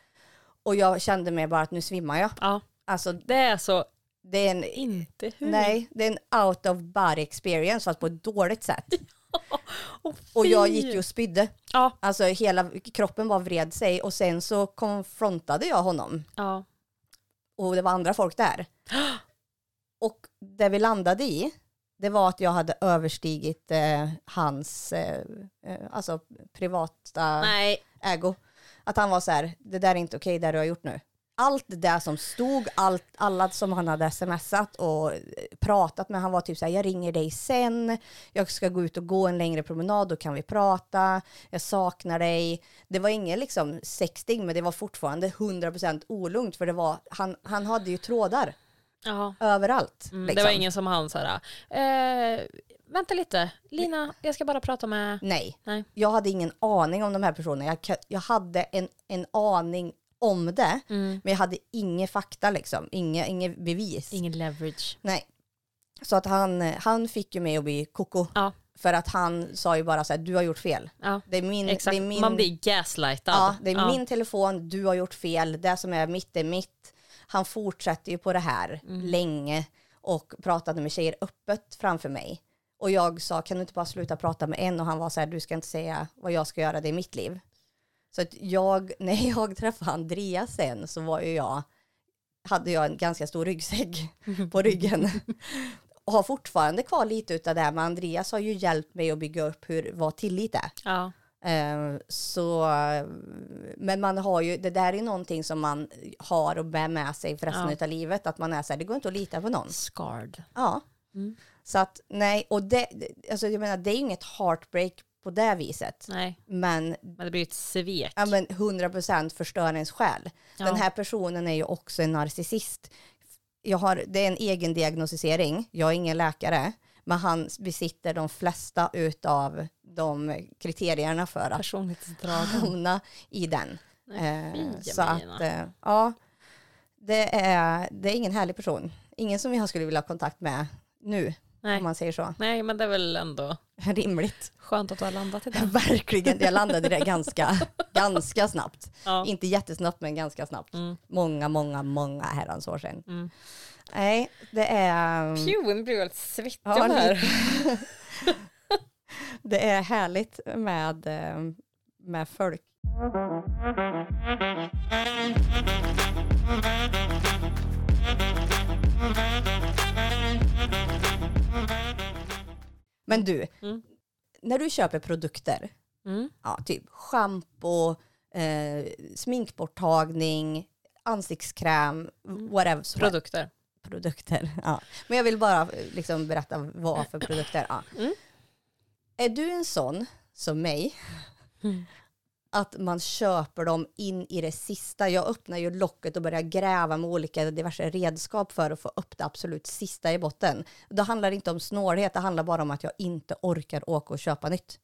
S2: Och jag kände mig bara att nu svimmar jag.
S1: Ja,
S2: Alltså
S1: Det är så
S2: det är en,
S1: inte hur.
S2: nej, det är en out of body experience fast på ett dåligt sätt.
S1: Åh,
S2: Och
S1: fy.
S2: jag gick ju och spydde.
S1: Ja.
S2: Alltså hela kroppen bara vred sig och sen så konfrontade jag honom.
S1: ja.
S2: och det var andra folk där. Och det vi landade i, det var att jag hade överstigit eh, hans eh, eh, alltså privata
S1: Nej.
S2: ägo. Att han var så här, det där är inte okej, det du har gjort nu. allt det där som stod, allt, alla som han hade smsat och eh, pratat med, han var typ såhär, jag ringer dig sen, jag ska gå ut och gå en längre promenad, då kan vi prata, jag saknar dig. Det var ingen liksom sexting, men det var fortfarande 100% olugnt, för det var, han, han hade ju trådar
S1: Ja.
S2: överallt.
S1: Mm,
S2: liksom.
S1: Det var ingen som han så här, eh, vänta lite, Lina, jag ska bara prata med...
S2: Nej.
S1: Nej.
S2: jag hade ingen aning om de här personerna. Jag, ka- jag hade en, en aning om det,
S1: Mm.
S2: men jag hade inga fakta liksom, inga, inga bevis.
S1: Ingen leverage.
S2: Nej. Så att han, han fick ju mig att bli koko.
S1: Ja.
S2: För att han sa ju bara så här, du har gjort fel.
S1: Ja,
S2: Det är min,
S1: exakt.
S2: det är min,
S1: Man blir gaslightad.
S2: ja, det är min telefon, du har gjort fel, det som är mitt är mitt. Han fortsatte ju på det här länge och pratade med tjejer öppet framför mig. Och jag sa, kan du inte bara sluta prata med en? Och han var så här, du ska inte säga vad jag ska göra, det är mitt liv. Så att jag, när jag träffade Andreas sen så var ju jag, hade jag en ganska stor ryggsäck på ryggen. Och har fortfarande kvar lite utav det här, men Andreas har ju hjälpt mig att bygga upp hur, vad tillit är.
S1: Ja.
S2: Eh, Så, eh, men man har ju, det där är någonting som man har och bär med sig för resten
S1: Ja.
S2: utav livet. Att man är så här, det går inte att lita på någon.
S1: Scarred.
S2: Ja.
S1: Mm.
S2: Så att nej, och det, alltså jag menar det är ju inget heartbreak på det viset.
S1: Nej,
S2: Men,
S1: men det blir ju ett svek.
S2: ja, men 100% förstör ens själ.
S1: Ja.
S2: Den här personen är ju också en narcissist. Jag har, det är en egen diagnostisering, jag är ingen läkare. Men han besitter de flesta utav de kriterierna för att
S1: personlighetsdragen.
S2: hamna i den.
S1: Nej,
S2: Eh,
S1: fy,
S2: så
S1: Amina.
S2: att, eh, ja, det är, det är ingen härlig person. Ingen som jag skulle vilja ha kontakt med nu,
S1: Nej.
S2: om man säger så.
S1: Nej, men det är väl ändå
S2: Rimligt.
S1: skönt att du har landat i det.
S2: Verkligen, jag landade där ganska, ganska snabbt.
S1: Ja.
S2: Inte jättesnabbt, men ganska snabbt.
S1: Mm.
S2: Många, många, många herrans år sedan.
S1: Mm.
S2: Nej, det är...
S1: Pju, nu blir jag helt svettig
S2: Ja,
S1: av det här.
S2: Det är härligt med, eh, med folk. Men du,
S1: Mm.
S2: när du köper produkter,
S1: Mm.
S2: ja, typ schampo, eh, sminkborttagning, ansiktskräm, whatever.
S1: Produkter.
S2: produkter. Ja. Men jag vill bara eh, liksom berätta vad för produkter. Ja.
S1: Mm.
S2: Är du en sån som mig?
S1: Mm.
S2: Att man köper dem in i det sista. Jag öppnar ju locket och börjar gräva med olika diverse redskap för att få upp det absolut sista i botten. Det handlar inte om snålhet, det handlar bara om att jag inte orkar åka och köpa nytt.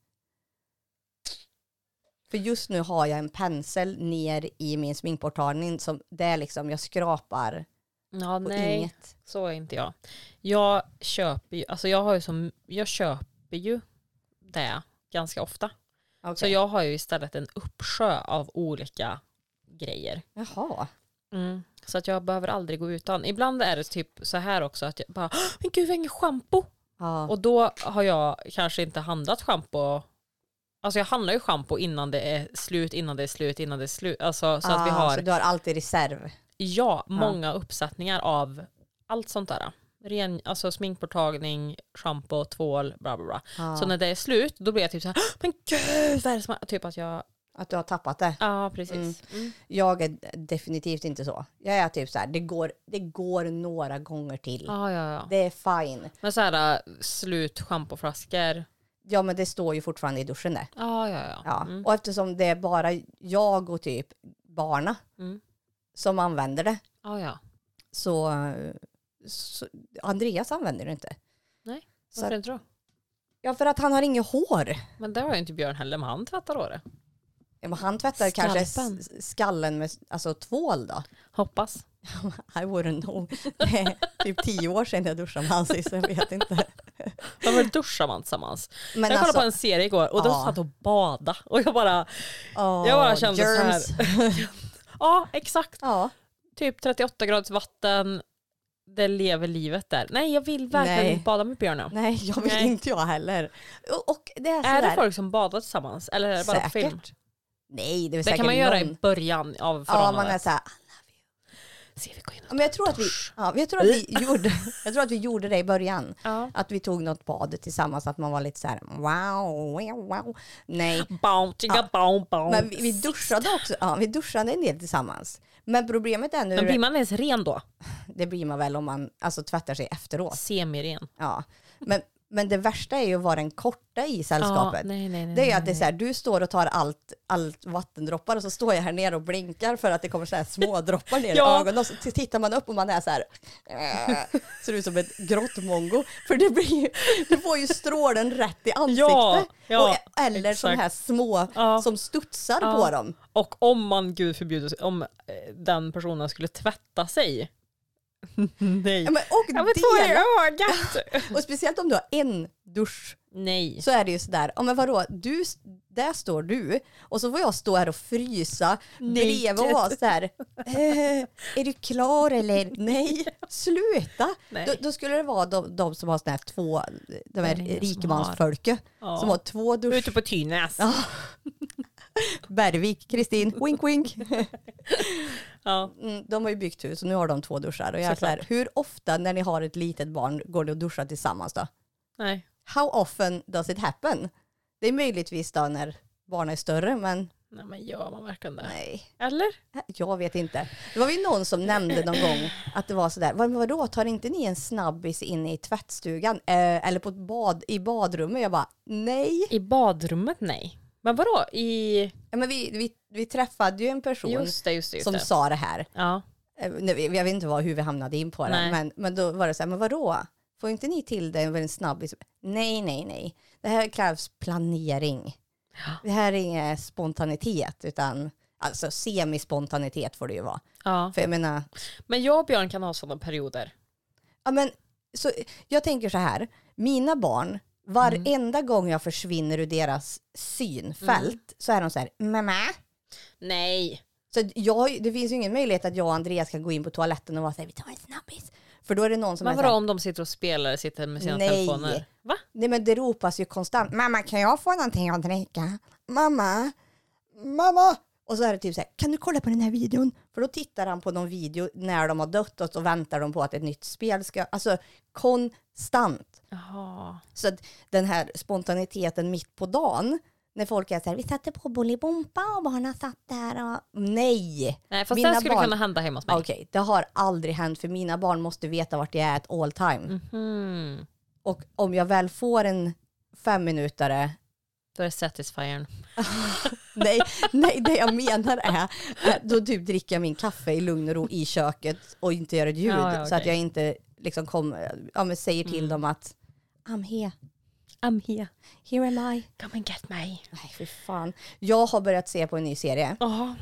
S2: För just nu har jag en pensel ner i min sminkborttagning som det är liksom, jag skrapar
S1: Ja,
S2: på
S1: nej.
S2: inget.
S1: Så är inte jag. Jag köper ju, alltså jag har ju som, jag köper ju det ganska ofta. Så
S2: Okej.
S1: jag har ju istället en uppsjö av olika grejer.
S2: Jaha.
S1: Så att jag behöver aldrig gå utan. Ibland är det typ så här också att jag bara, "Åh, men gud jag har inget schampo.
S2: Ja.
S1: Och då har jag kanske inte handlat schampo. Alltså jag handlar ju schampo innan det är slut, innan det är slut, innan det är slut. Alltså så att vi
S2: Ah,
S1: har
S2: Så du har alltid reserv.
S1: Ja, många uppsättningar av allt sånt där. Ren, alltså sminkborttagning, schampo, tvål, bla bla bla.
S2: Ah,
S1: Så när det är slut då blir jag typ så här, "Åh, men gud vad är det som har-" Typ att jag,
S2: Att du har tappat det.
S1: ja precis. Mm.
S2: Jag är definitivt inte så. Jag är typ så här, det går, det går några gånger till.
S1: Ja, Ah, ja, ja.
S2: Det är fine.
S1: Men så här äh, slut schampoflaskor.
S2: Ja men det står ju fortfarande i duschen det.
S1: Ja, ja, ja.
S2: Ja.
S1: Mm.
S2: Och eftersom det är bara jag och typ barna
S1: Mm.
S2: som använder det
S1: Ja, Ah, ja.
S2: så, så Andreas använder det inte.
S1: Nej,
S2: Så,
S1: Varför
S2: att-
S1: inte då?
S2: ja för att han har inget hår.
S1: Men det har ju inte Björn heller, men han tvättar håret.
S2: Ja, men han tvättar kanske
S1: Skalpen.
S2: s- skallen med alltså, tvål då.
S1: Hoppas.
S2: I wouldn't know. Det är typ tio år sedan jag duschade med han sist, jag vet inte.
S1: Varför duschar man tillsammans?
S2: Men alltså,
S1: jag kollade på en serie igår och då
S2: Ja.
S1: satt och bada och jag bara,
S2: åh,
S1: jag bara kände så här.
S2: germs.
S1: ja exakt.
S2: Ja,
S1: typ 38 graders vatten, det lever livet där. Nej jag vill verkligen
S2: Nej.
S1: inte bada med björnen.
S2: nej jag vill
S1: Nej.
S2: inte jag heller. Och- Och det är,
S1: Är
S2: sådär,
S1: det folk som badar tillsammans eller är det bara på
S2: säkert.
S1: film?
S2: Nej, det är
S1: Det
S2: säkert
S1: kan man göra
S2: någon.
S1: i början av
S2: Ja, man är
S1: förhållandet.
S2: så här,
S1: Se vi går in och
S2: men jag tror att vi,
S1: Dusch.
S2: ja, jag tror att vi gjorde, jag tror att vi gjorde det i början.
S1: ja.
S2: Att vi tog något bad tillsammans, att man var lite så här wow, wow, wow. Nej,
S1: Bow, chicka, bow, bow.
S2: men vi, vi duschade också, ja, vi duschade en del tillsammans. Men problemet är nu,
S1: Men blir man ens ren då?
S2: det blir man väl om man alltså, tvättar sig efteråt.
S1: Semiren.
S2: Ja. Men, men det värsta är ju att vara den korta i sällskapet.
S1: Ja, nej, nej, nej,
S2: Det är ju
S1: nej,
S2: att det är
S1: nej.
S2: så här, du står och tar allt, allt vattendroppar och så står jag här nere och blinkar för att det kommer så här små droppar ner
S1: Ja.
S2: i ögonen och så t- tittar man upp och man är så här, äh, ser ut som ett grottmongo. För det blir ju, du får ju strålen rätt i ansiktet.
S1: Ja, ja,
S2: och, eller sådana här små
S1: Ja.
S2: som studsar
S1: Ja.
S2: på dem.
S1: Och om man, gud förbjuder, om eh, den personen skulle tvätta sig. nej.
S2: Ja, men, och,
S1: Jag vill två i
S2: dela,
S1: ögat.
S2: och speciellt om du har en dusch
S1: nej.
S2: så är det ju sådär, ja men vadå, du, där står du och så får jag stå här och frysa bredvid och vara
S1: Naked.
S2: såhär, eh, är du klar eller? Nej, sluta!
S1: Nej.
S2: Då, då skulle det vara de, de som har sådana här två, de här
S1: Det är ingen som
S2: rikemansfolke
S1: Ja.
S2: som har två dusch.
S1: Ute på Tynäs.
S2: Ja. Bergvik, Kristin, wink wink.
S1: Ja.
S2: Mm, de har ju byggt hus och nu har de två duschar. Och jag är
S1: Såklart.
S2: såhär, hur ofta när ni har ett litet barn går ni och duschar tillsammans då?
S1: Nej.
S2: How often does it happen? Det är möjligtvis då när barnen är större, men
S1: nej, men gör man verkligen det?
S2: nej.
S1: Eller?
S2: Jag vet inte. Det var ju någon som nämnde någon gång att det var sådär, "Vad- men vadå, tar inte ni en snabbis in i tvättstugan eh, eller på ett bad, i badrummet? Jag bara, nej.
S1: I badrummet, nej. Men vadå? I...
S2: Ja, men vi, vi, vi träffade ju en person
S1: Just det, just det. Just
S2: som
S1: det.
S2: sa det här.
S1: Ja.
S2: Eh, nu, Jag jag vet inte vad, hur vi hamnade in på det,
S1: Nej.
S2: men, men då var det så här, men vadå? Får inte ni till det med en snabbis? Nej, nej, nej. Det här krävs planering.
S1: Ja.
S2: Det här är ingen spontanitet, utan alltså semispontanitet får det ju vara.
S1: ja.
S2: För jag menar,
S1: Men jag och Björn kan ha sådana perioder.
S2: ja, men, så, jag tänker så här, mina barn, varenda gång jag försvinner ur deras synfält så är de så här, mamma.
S1: Nej.
S2: Så att jag, det finns ju ingen möjlighet att jag och Andreas kan gå in på toaletten och vara så här, vi tar en snabbis. För då är det någon som
S1: Men
S2: är
S1: vadå
S2: så här,
S1: om de sitter och spelar sitter med sina
S2: Nej.
S1: telefoner? Va?
S2: Nej men det ropas ju konstant. Mamma kan jag få någonting att dricka? Mamma? Mamma? Och så är det typ så här, kan du kolla på den här videon? För då tittar han på någon video när de har dött och så väntar de på att ett nytt spel ska, alltså konstant.
S1: Jaha.
S2: Så att den här spontaniteten mitt på dagen, när folk är så här, vi satte på Bolibompa och barnen satt där och... Nej!
S1: Nej fast
S2: Mina
S1: det skulle
S2: barn-
S1: kunna hända hemma hos mig.
S2: Okej, det har aldrig hänt för mina barn måste veta vart jag är at all time.
S1: Mhm.
S2: Och om jag väl får en femminutare
S1: Då är det satisfiern.
S2: Nej, nej, det jag menar är att då typ dricker jag min kaffe i lugn och ro i köket och inte gör ett ljud.
S1: Ja, ja,
S2: Så att
S1: okej. Mm.
S2: jag inte liksom kommer, ja, men säger till dem att I'm here,
S1: I'm here.
S2: here am I.
S1: Come and get me.
S2: Nej, fy fan. Jag har börjat se på en ny serie,
S1: Ja.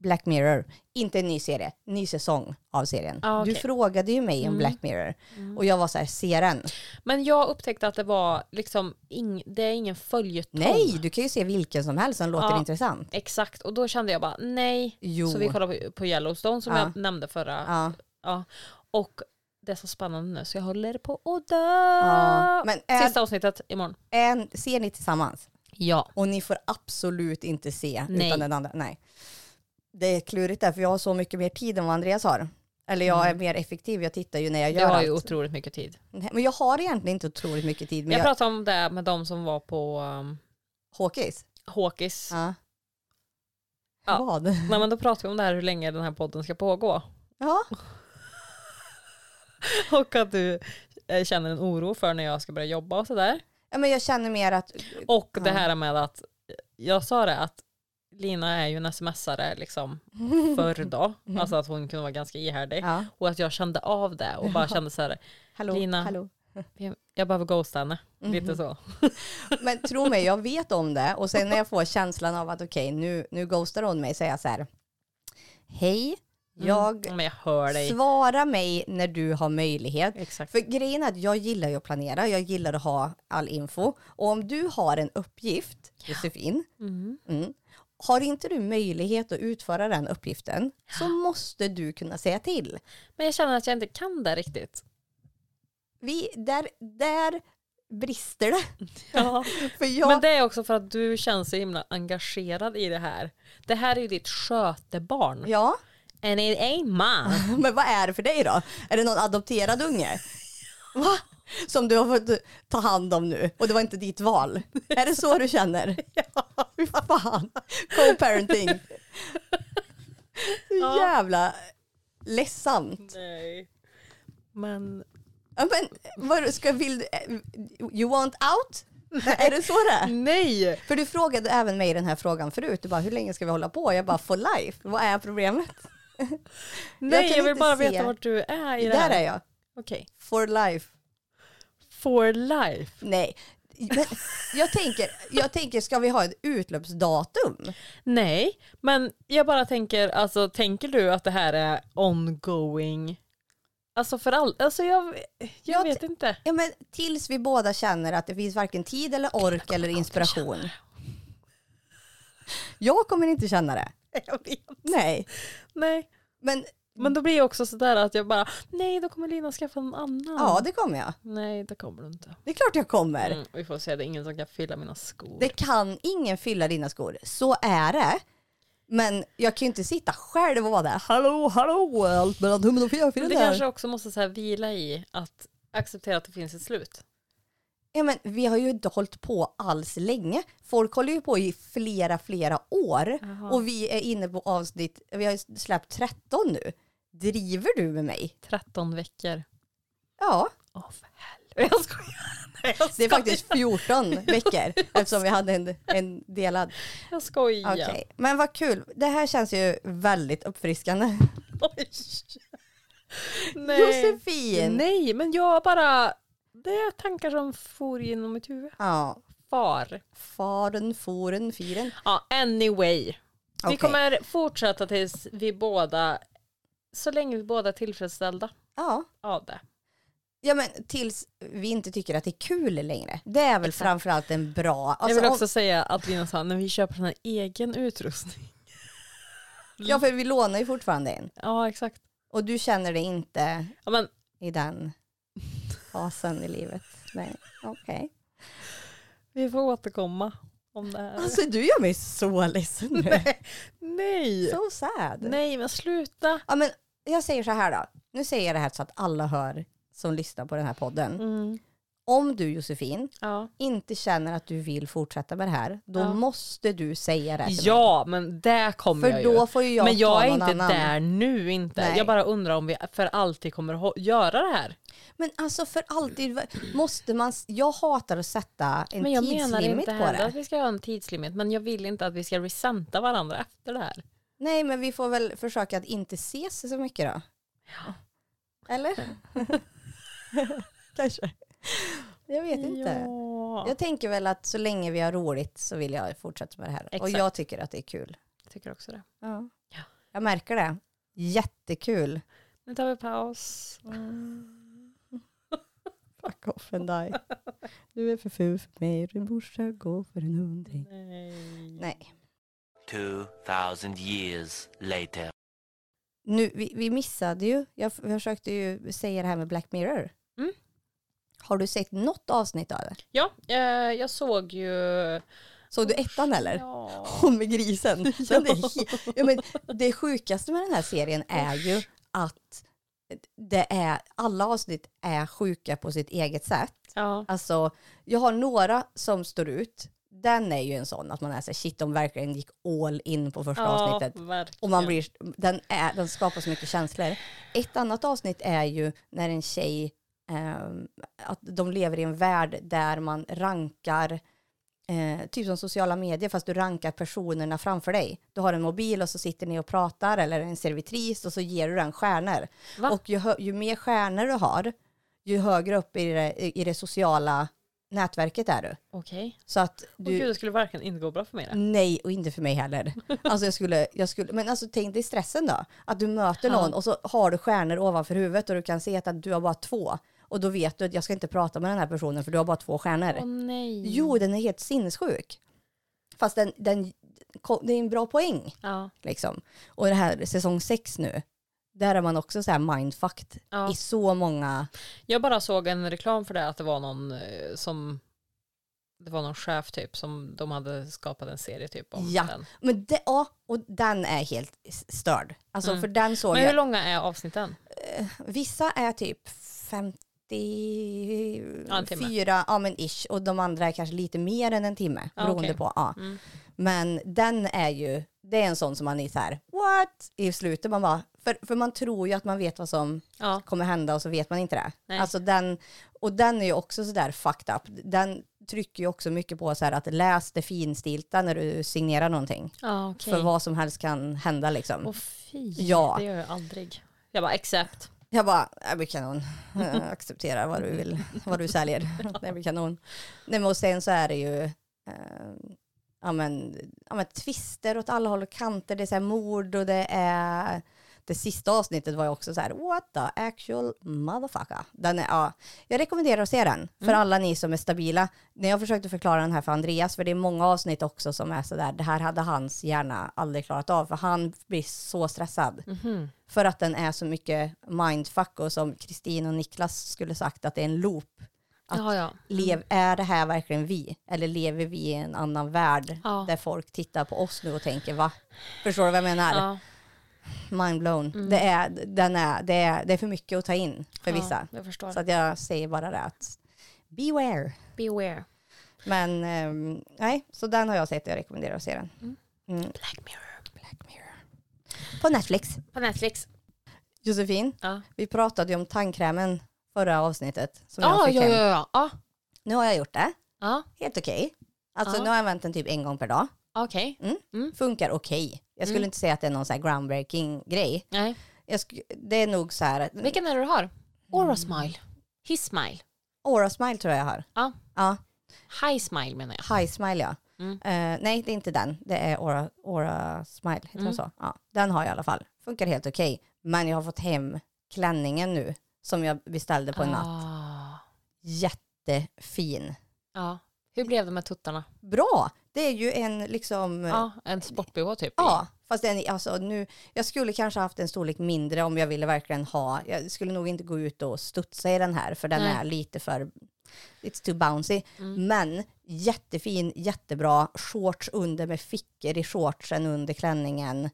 S2: Black Mirror. Inte en ny serie, ny säsong av serien.
S1: Ja, Ah, okej. Mm.
S2: Du frågade ju mig om Black Mirror och jag var så här, ser den?
S1: Men jag upptäckte att det var liksom, ing, det är ingen följetong.
S2: Nej, du kan ju se vilken som helst, den låter
S1: Ja.
S2: intressant.
S1: Exakt, och då kände jag bara nej.
S2: Jo.
S1: Ah. Så vi kollade på, på Yellowstone som
S2: Ja.
S1: jag nämnde förra. Ja.
S2: Ja.
S1: Och det är så spännande nu så jag håller på att dö.
S2: Ja. Men är,
S1: Ah. Sista avsnittet imorgon.
S2: är, ser ni tillsammans?
S1: Ja.
S2: Och ni får absolut inte se
S1: Nej.
S2: utan den andra. Nej. Det är klurigt där, för jag har så mycket mer tid än vad Andreas har. Eller jag är mer effektiv, jag tittar ju när jag
S1: Du
S2: gör
S1: Mm. har
S2: allt.
S1: ju otroligt mycket tid.
S2: Nej, Men jag har egentligen inte otroligt mycket tid. Men
S1: Jag
S2: jag,
S1: pratade om det med de som var på um,
S2: Håkis?
S1: Håkis.
S2: Ja.
S1: Ja.
S2: Vad?
S1: Nej men då pratade vi om det här hur länge den här podden ska pågå.
S2: Ja.
S1: Och att du eh, känner en oro för när jag ska börja jobba och sådär.
S2: ja, men jag känner mer att...
S1: Och det
S2: Ja.
S1: här med att, jag sa det att Lina är ju en smsare liksom förr då. Alltså att hon kunde vara ganska ihärdig.
S2: Mm. Ja.
S1: Och att jag kände av det och bara kände så här,
S2: Hallå,
S1: Lina.
S2: hallå. Mhm.
S1: jag behöver ghosta henne.
S2: Mm-hmm.
S1: Lite så.
S2: Mm. Men tro mig, jag vet om det. Och sen när jag får känslan av att okej, nu, nu ghostar hon mig, säger jag så här. Hej, jag
S1: Mm, Men jag hör dig.
S2: svara mig när du har möjlighet.
S1: Exakt.
S2: För grejen är att jag gillar ju att planera, jag gillar att ha all info. Och om du har en uppgift, Josefin,
S1: Mm.
S2: mm, har inte du möjlighet att utföra den uppgiften så måste du kunna säga till.
S1: Men jag känner att jag inte kan det riktigt.
S2: Vi, där, där brister det.
S1: Ja.
S2: För jag,
S1: Men det är också för att du känns så himla engagerad i det här. Det här är ju ditt skötebarn.
S2: Ja,
S1: And it ain't mine.
S2: men vad är det för dig då? Är det någon adopterad unge? Va? Som du har fått ta hand om nu och det var inte ditt val. Är det så du känner? Ja. Fan, co-parenting. Så
S1: Ja.
S2: jävla ledsamt.
S1: Nej. Men
S2: Ja, men vad ska, vill du, eh, you want out? Är det så det är?
S1: nej!
S2: För du frågade även mig den här frågan förut. Du bara, hur länge ska vi hålla på? Jag bara, for life. Vad är problemet?
S1: Nej,
S2: kan
S1: jag, vill
S2: inte
S1: bara
S2: se.
S1: veta vart du är i det
S2: Där
S1: här.
S2: är jag.
S1: Okej.
S2: For life.
S1: For life.
S2: Nej. Men jag, tänker, jag tänker, ska vi ha ett utlöpsdatum?
S1: Nej, men jag bara tänker, alltså tänker du att det här är ongoing? Alltså för all, alltså jag, jag,
S2: Jag
S1: vet inte.
S2: Ja, men tills vi båda känner att det finns varken tid eller ork eller inspiration. Jag kommer inte känna det.
S1: Jag vet.
S2: Nej.
S1: Nej,
S2: Men
S1: men då blir jag också sådär att jag bara, nej då kommer Lina skaffa någon annan.
S2: ja, det kommer jag.
S1: Nej, det kommer du inte.
S2: Det är klart jag kommer.
S1: Mm, vi får se, det är ingen som kan fylla mina skor.
S2: Det kan ingen fylla dina skor. Så är det. Men jag kan ju inte sitta själv och vara där. Hallå, hallå, allt mellan tummen och
S1: Men
S2: pekfingret
S1: det
S2: här.
S1: kanske också måste så här vila i att acceptera att det finns ett slut.
S2: Ja, men vi har ju inte hållit på alls länge. Folk håller ju på i flera, flera år.
S1: Jaha.
S2: Och vi är inne på avsnitt, vi har ju släppt 13 nu. Driver du med mig?
S1: 13 veckor.
S2: Ja,
S1: Åh oh, för helvete. Jag skojar. Nej, jag skojar.
S2: det är faktiskt 14 veckor eftersom vi hade en, en delad.
S1: Jag skojar.
S2: Okej, men vad kul. Det här känns ju väldigt uppfriskande.
S1: Oj. Nej.
S2: Josefin!
S1: Nej, men jag bara... Det är tankar som for genom mitt huvud.
S2: Ja,
S1: Far.
S2: faren, foren, firen.
S1: Ja, anyway. Vi
S2: Okej.
S1: kommer fortsätta tills vi båda... Så länge vi båda är tillfredsställda
S2: Ja.
S1: av det.
S2: Ja men tills vi inte tycker att det är kul längre. Det är väl
S1: Exakt.
S2: framförallt en bra...
S1: jag
S2: Alltså,
S1: vill
S2: om-
S1: också säga att Lina sa när vi köper sån här egen utrustning.
S2: Ja för vi lånar ju fortfarande en.
S1: Ja, exakt.
S2: Och du känner dig inte
S1: Ja, men
S2: i den fasen i livet. Nej, okej.
S1: vi får återkomma om det här.
S2: Alltså du gör mig så ledsen nu.
S1: Nej!
S2: So sad.
S1: Nej, men sluta.
S2: Ja men jag säger så här då. Nu säger jag det här så att alla hör som lyssnar på den här podden.
S1: Mm.
S2: Om du Josefin
S1: Ja.
S2: inte känner att du vill fortsätta med det här, då
S1: Ja.
S2: måste du säga det till mig.
S1: ja, men där kommer
S2: För
S1: jag ju.
S2: då får ju jag
S1: men jag
S2: ta
S1: är
S2: någon
S1: inte
S2: annan.
S1: där nu inte.
S2: Nej.
S1: Jag bara undrar om vi för alltid kommer att hå- göra det här.
S2: Men alltså för alltid, va- måste man, jag hatar att sätta en
S1: men jag menar
S2: tidslimit
S1: inte
S2: på
S1: heller
S2: det.
S1: att vi ska ha en tidslimit. Men jag vill inte att vi ska resenta varandra efter det här.
S2: Nej men vi får väl försöka att inte ses så mycket då.
S1: Ja.
S2: Eller? Kanske. Jag vet inte.
S1: Ja. Jag
S2: Jag tänker väl att så länge vi har roligt så vill jag fortsätta med det här. Och
S1: Exakt.
S2: jag tycker att det är kul.
S1: tycker också det.
S2: Ja.
S1: Ja.
S2: Jag märker det. Jättekul.
S1: Nu tar vi paus.
S2: Mm. Fuck off and die. Du är för ful för mig, din morsa går för en hundring.
S1: Nej.
S2: Nej.
S3: 2,000 years later.
S2: nu, vi, vi missade ju, jag f- försökte ju säga det här med Black Mirror.
S1: Mm.
S2: Har du sett något avsnitt av det?
S1: Ja, eh, jag såg ju...
S2: Såg du ettan eller?
S1: Ja.
S2: Hon med grisen. Men det, är he- ja, men det sjukaste med den här serien är ju att det är, alla avsnitt är sjuka på sitt eget sätt.
S1: ja.
S2: Alltså, jag har några som står ut. Den är ju en sån att man är så här, shit de verkligen gick all in på första avsnittet.
S1: verkligen.
S2: Och man blir, den, är, den skapar så mycket känslor. Ett annat avsnitt är ju när en tjej, ehm, att de lever i en värld där man rankar, eh, typ som sociala medier, fast du rankar personerna framför dig. Du har en mobil och så sitter ni och pratar, eller en servitris, och så ger du den stjärnor.
S1: Va?
S2: Och ju, hö- ju mer stjärnor du har, ju högre upp i det, i- i det sociala nätverket är du.
S1: Okej.
S2: Så att
S1: Åh gud,
S2: du,
S1: det skulle verkligen inte gå bra för mig det.
S2: Nej, och inte för mig heller. Alltså jag skulle, jag skulle, men alltså tänk dig stressen då. Att du möter någon
S1: Ja.
S2: och så har du stjärnor ovanför huvudet och du kan se att du har bara två. Och då vet du att jag ska inte prata med den här personen för du har bara två stjärnor.
S1: Åh nej.
S2: Jo, den är helt sinnessjuk. Fast den, den, ko- det är en bra poäng
S1: Ja.
S2: liksom. Och det här säsong sex nu, där är man också så här mindfucked
S1: Ja.
S2: i så många,
S1: Jag bara såg en reklam för det, att det var någon eh, som det var någon chef typ som de hade skapat en serie typ om
S2: Ja.
S1: den.
S2: men det, ja, och den är helt s- störd. Alltså
S1: Mm.
S2: för den såg
S1: Men
S2: jag.
S1: hur långa är avsnitten?
S2: Vissa är typ
S1: Ja, en timme.
S2: 54, ja men ish, och de andra är kanske lite mer än en timme
S1: Ja, Mm.
S2: beroende
S1: okej.
S2: på. Ja.
S1: Mm.
S2: Men den är ju, Det är en sån som man är så här, what? I slutet man bara, för, för man tror ju att man vet vad som
S1: Ja.
S2: kommer hända och så vet man inte det.
S1: Nej.
S2: Alltså den, och den är ju också sådär fucked up. Den trycker ju också mycket på så här att läs det finstilta när du signerar någonting.
S1: Ja, okej.
S2: För vad som helst kan hända liksom.
S1: Åh fy,
S2: Ja.
S1: det gör jag aldrig. Jag bara exakt.
S2: Jag bara, det blir kanon. Jag accepterar vad du vill, vad du säljer. Det blir kanon. Nej, men och sen så är det ju eh, ja, men, ja, men twister åt alla håll och kanter. Det är så här mord och det är... Det sista avsnittet var ju också så här, what the actual motherfucker. Den är, ja, jag rekommenderar att se den, för alla ni som är stabila. När jag försökte förklara den här för Andreas, för det är många avsnitt också som är så där, det här hade hans hjärna aldrig klarat av, för han blir så stressad.
S1: Mhm.
S2: För att den är så mycket mindfuck och som Kristin och Niklas skulle sagt att det är en loop. Att
S1: Ja, Mm. ja.
S2: Lev, är det här verkligen vi? Eller lever vi i en annan värld
S1: Ja.
S2: där folk tittar på oss nu och tänker va? Förstår du vad jag menar?
S1: Ja, Mm.
S2: Mind blown. Det, är, den är, det, är, det är för mycket att ta in för vissa.
S1: Ja, jag förstår.
S2: Så att jag säger bara det att beware.
S1: Beware.
S2: Men ehm, nej, så den har jag sett och jag rekommenderar att se den. Mm.
S1: Black Mirror.
S2: Black Mirror. På Netflix.
S1: På Netflix.
S2: Josefin,
S1: Ja,
S2: vi pratade ju om tandkrämen förra avsnittet. Som jag
S1: ja,
S2: fick
S1: Ah, ja,
S2: hem.
S1: ja, ja. ja.
S2: Nu har jag gjort det.
S1: ja.
S2: Helt okej. Alltså
S1: Ja.
S2: nu har jag använt den typ en gång per dag.
S1: Okej.
S2: funkar okej. Jag skulle
S1: Mm.
S2: inte säga att det är någon så här groundbreaking grej.
S1: Nej.
S2: Jag sk- det är nog så här,
S1: Vilken är det du
S2: Mm.
S1: har? Aura smile. His smile.
S2: Aura Smile tror jag jag har.
S1: Ja.
S2: Ja,
S1: High smile menar jag.
S2: High Smile ja.
S1: Mm.
S2: Eh, nej, det är inte den. Det är Aura, Aura Smile, heter
S1: Mm.
S2: den så? Ja, den har jag i alla fall. Funkar helt okej. Men jag har fått hem klänningen nu som jag beställde på en natt.
S1: Ah.
S2: Jättefin.
S1: Ja. Hur blev det med tuttarna?
S2: Bra! Det är ju en liksom...
S1: Ja, en sport-bh typ.
S2: Ja, fast den, alltså, nu, jag skulle kanske haft en storlek mindre om jag ville verkligen ha, jag skulle nog inte gå ut och studsa i den här för den
S1: Nej. Mm.
S2: är lite för, it's too bouncy. Men jättefin, jättebra, shorts under med fickor i shortsen under klänningen.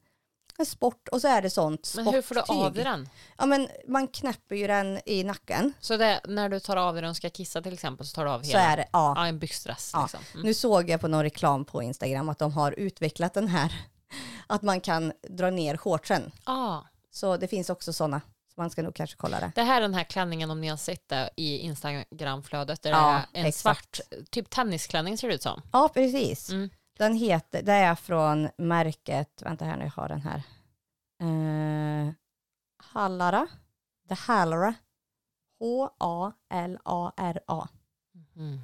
S2: En sport och så är det sånt
S1: Men hur får du av
S2: sporttyg.
S1: dig den?
S2: Ja men man knäpper ju den i nacken
S1: Så det, när du tar av dig den och ska kissa till exempel så tar du av
S2: så
S1: hela?
S2: är det, ja.
S1: Ja, en byxdress
S2: Ja.
S1: liksom. Mm.
S2: Nu såg jag på någon reklam på Instagram att de har utvecklat den här, att man kan dra ner shortsen.
S1: Ah.
S2: Så det finns också sådana. Så man ska nog kanske kolla det.
S1: Det här är den här klänningen om ni har sett det i Instagramflödet. Där
S2: Ja,
S1: det är en
S2: exakt.
S1: svart, typ tennisklänning ser det ut som.
S2: Ja, precis.
S1: Mm.
S2: Den heter, det är från märket, vänta här nu, jag har den här. Eh, Hallara, The Hallara. H-A-L-A-R-A.
S1: Mm.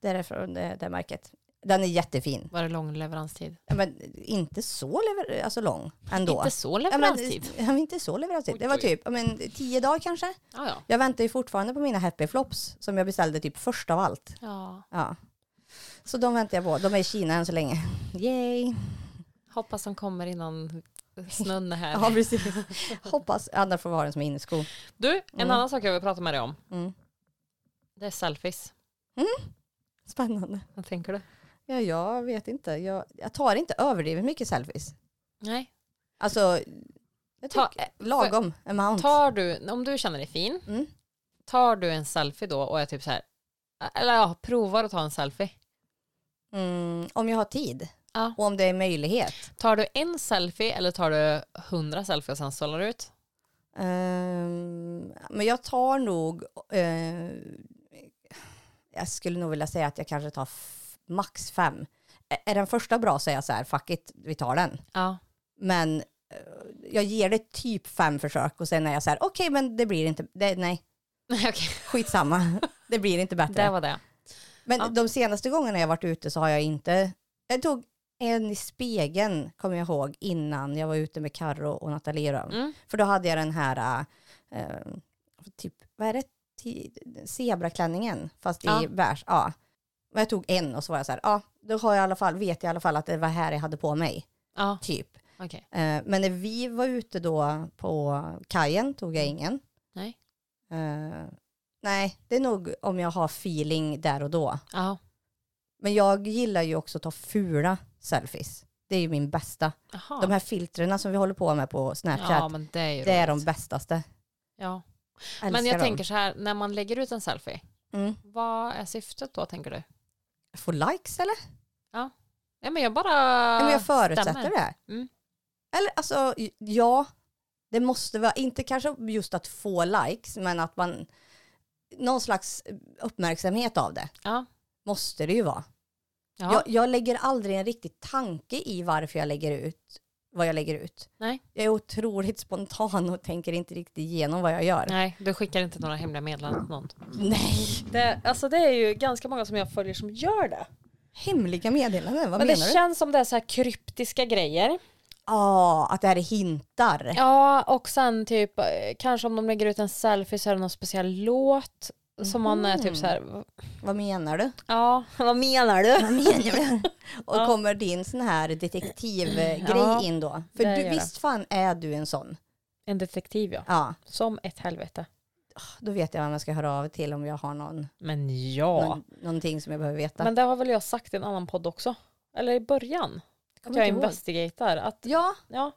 S2: Det är från eh, det, det märket. Den är jättefin.
S1: Var det lång leveranstid?
S2: Ja, Men inte så lever, alltså lång ändå.
S1: Inte så
S2: Ja, men,
S1: leveranstid.
S2: ja, men inte så leveranstid. Det var
S1: Oj, oj.
S2: typ ja, men, tio dagar kanske.
S1: Ja, ja.
S2: Jag väntar ju fortfarande på mina Happy Flops som jag beställde typ först av allt.
S1: ja.
S2: Ja. Så de väntar jag på. De är i Kina än så länge. Yay!
S1: Hoppas de kommer innan snön är här.
S2: Ja, precis. Hoppas andra får vara den som är innesko.
S1: Du, en
S2: Mm.
S1: annan sak jag vill prata med dig om.
S2: Mm.
S1: Det är selfies.
S2: Spännande.
S1: Vad tänker du?
S2: Ja, jag vet inte. Jag, jag tar inte överdrivet mycket selfies.
S1: Nej.
S2: Alltså, jag
S1: Ta-
S2: tycker lagom amount.
S1: Tar du, om du känner dig fin,
S2: Mm.
S1: tar du en selfie då och är typ så här, eller ja, provar att ta en selfie.
S2: Mm, om jag har tid.
S1: Ja.
S2: Och om det är möjlighet.
S1: Tar du en selfie eller tar du hundra selfies och sen sållar du ut?
S2: Ehm, men jag tar nog, eh, jag skulle nog vilja säga att jag kanske tar f- max fem. Ä- Är den första bra så är jag så här, fuck it, vi tar den.
S1: Ja.
S2: Men eh, jag ger det typ fem försök och sen är jag så här, okej men det blir inte, det, nej,
S1: Nej, Okej,
S2: skitsamma, det blir inte bättre.
S1: det var det.
S2: men
S1: ja.
S2: de senaste gångerna jag varit ute så har jag inte, jag tog en i spegeln kommer jag ihåg innan jag var ute med Karro och Nathalie Röhm.
S1: Mm.
S2: För då hade jag den här, eh, eh, typ, vad är det, Ti- zebraklänningen fast
S1: Ja.
S2: i bärs, ja. Men jag tog en och så var jag så här, ja, då har jag i alla fall, vet jag i alla fall att det var här jag hade på mig,
S1: Ja,
S2: typ.
S1: okej.
S2: Eh, Men när vi var ute då på kajen tog jag ingen.
S1: Mm. Nej.
S2: Eh, nej, det är nog om jag har feeling där och då.
S1: Ja.
S2: Men jag gillar ju också att ta fula selfies. Det är ju min bästa.
S1: Jaha.
S2: De här filtrerna som vi håller på med på Snapchat,
S1: ja, men det är ju
S2: det är de
S1: roligt.
S2: bästaste.
S1: Ja.
S2: Älskar
S1: Men jag
S2: dem.
S1: tänker så här, när man lägger ut en selfie,
S2: Mm.
S1: vad är syftet då tänker du?
S2: Få likes eller?
S1: Ja. Ja, men jag bara
S2: Nej, men jag förutsätter
S1: stämmer.
S2: det.
S1: Mm.
S2: Eller alltså, j- ja, det måste vara, inte kanske just att få likes, men att man, någon slags uppmärksamhet av det
S1: Ja.
S2: måste det ju vara.
S1: Ja.
S2: Jag, jag lägger aldrig en riktig tanke i varför jag lägger ut vad jag lägger ut.
S1: Nej.
S2: Jag är otroligt spontan och tänker inte riktigt igenom vad jag gör.
S1: Nej, du skickar inte några hemliga meddelanden till någon.
S2: Nej.
S1: Det, alltså det är ju ganska många som jag följer som gör det.
S2: Hemliga meddelanden, vad
S1: men det
S2: menar du?
S1: känns som det är så här kryptiska grejer.
S2: Ja, Ah, att det här är hintar.
S1: Ja, och sen typ eh, kanske om de lägger ut en selfie så är det någon speciell låt som man är typ så här,
S2: Vad menar du?
S1: ja, vad menar du?
S2: Vad menar du? Och
S1: Ja.
S2: kommer din sån här detektivgrej
S1: Ja,
S2: in då? För
S1: det
S2: du,
S1: gör
S2: visst fan är du en sån?
S1: En detektiv ja,
S2: Ja,
S1: som ett helvete.
S2: då vet jag vem jag ska höra av till om jag har någon,
S1: Men ja.
S2: någon, någonting som jag behöver veta.
S1: Men det har väl jag sagt i en annan podd också? Eller i början? Att
S2: Kommer
S1: jag
S2: inte ihåg.
S1: investigatar. Att,
S2: Ja,
S1: ja,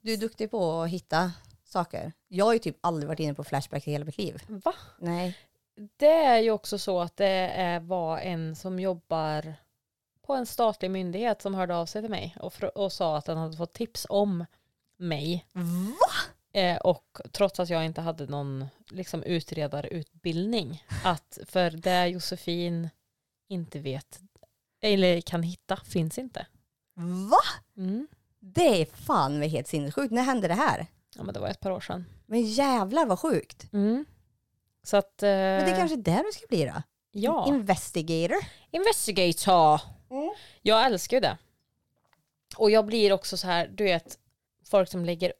S2: du är duktig på att hitta saker. Jag har ju typ aldrig varit inne på Flashback i hela mitt liv.
S1: va?
S2: Nej.
S1: Det är ju också så att det eh, var en som jobbar på en statlig myndighet som hörde av sig till mig och, fr- och sa att den hade fått tips om mig.
S2: Va?
S1: Eh, och trots att jag inte hade någon liksom, utredarutbildning. Att för det Josefin inte vet eller kan hitta finns inte.
S2: Va?
S1: Mm.
S2: Det är fan mig helt sinnessjukt. När hände det här?
S1: Ja men det var ett par år sedan.
S2: Men jävlar vad sjukt.
S1: Mm. Så att... Eh,
S2: Men det är kanske är där du ska bli då?
S1: ja.
S2: Investigator.
S1: Investigator.
S2: Mm.
S1: Jag älskar ju det. Och jag blir också så här, du vet, folk som lägger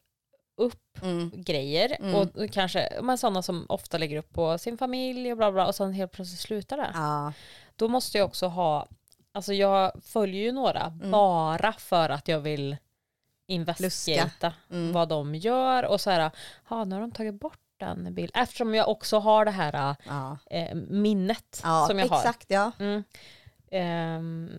S1: upp
S2: Mm.
S1: grejer
S2: Mm.
S1: och kanske, men sådana som ofta lägger upp på sin familj och bla bla och sen helt plötsligt slutar det.
S2: Ja.
S1: Då måste jag också ha, alltså jag följer ju några
S2: Mm.
S1: bara för att jag vill investigata
S2: Mm.
S1: vad de gör och så här, ha nu har de tagit bort den bilden. Eftersom jag också har det här
S2: ja.
S1: eh, minnet
S2: ja
S1: som jag har.
S2: exakt ja.
S1: Mm. Ehm,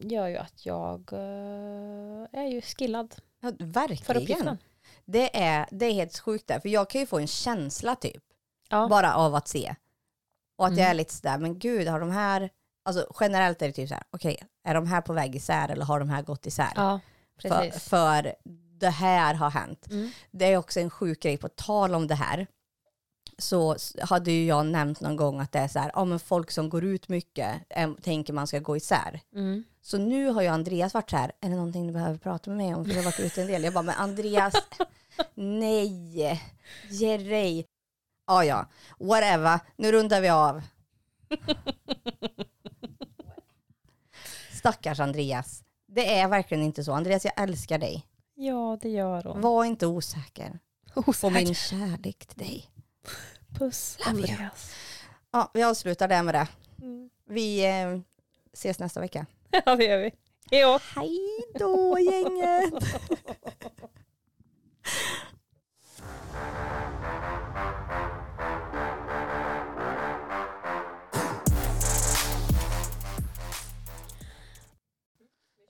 S1: gör ju att jag eh, är ju skillad
S2: ja
S1: för uppgiften.
S2: verkligen. Det är, det är helt sjukt där. För jag kan ju få en känsla typ.
S1: Ja.
S2: Bara av att se. Och att jag
S1: Mm.
S2: är lite sådär, men gud har de här, alltså generellt är det typ såhär, okej är de här på väg isär eller har de här gått isär?
S1: Ja,
S2: för,
S1: precis.
S2: för det här har hänt.
S1: Mm.
S2: Det är också en sjuk grej, på tal om det här, så s- hade ju jag nämnt någon gång att det är så här, ja men folk som går ut mycket eh, tänker man ska gå isär.
S1: Mm.
S2: Så nu har jag och Andreas varit så här, är det någonting du behöver prata med mig om? För jag har varit ute en del. Jag bara, men Andreas, nej, ge dig. Ja, ja, whatever, nu rundar vi av. Stackars Andreas. Det är verkligen inte så. Andreas, jag älskar dig.
S1: ja, det gör hon.
S2: Var inte osäker på
S1: Osäker.
S2: min kärlek till dig.
S1: Puss,
S2: Love you.
S1: Andreas.
S2: Ja, vi avslutar där med det.
S1: Mm.
S2: Vi eh, ses nästa vecka.
S1: Ja, det gör vi. Hej då.
S2: Hej då gänget!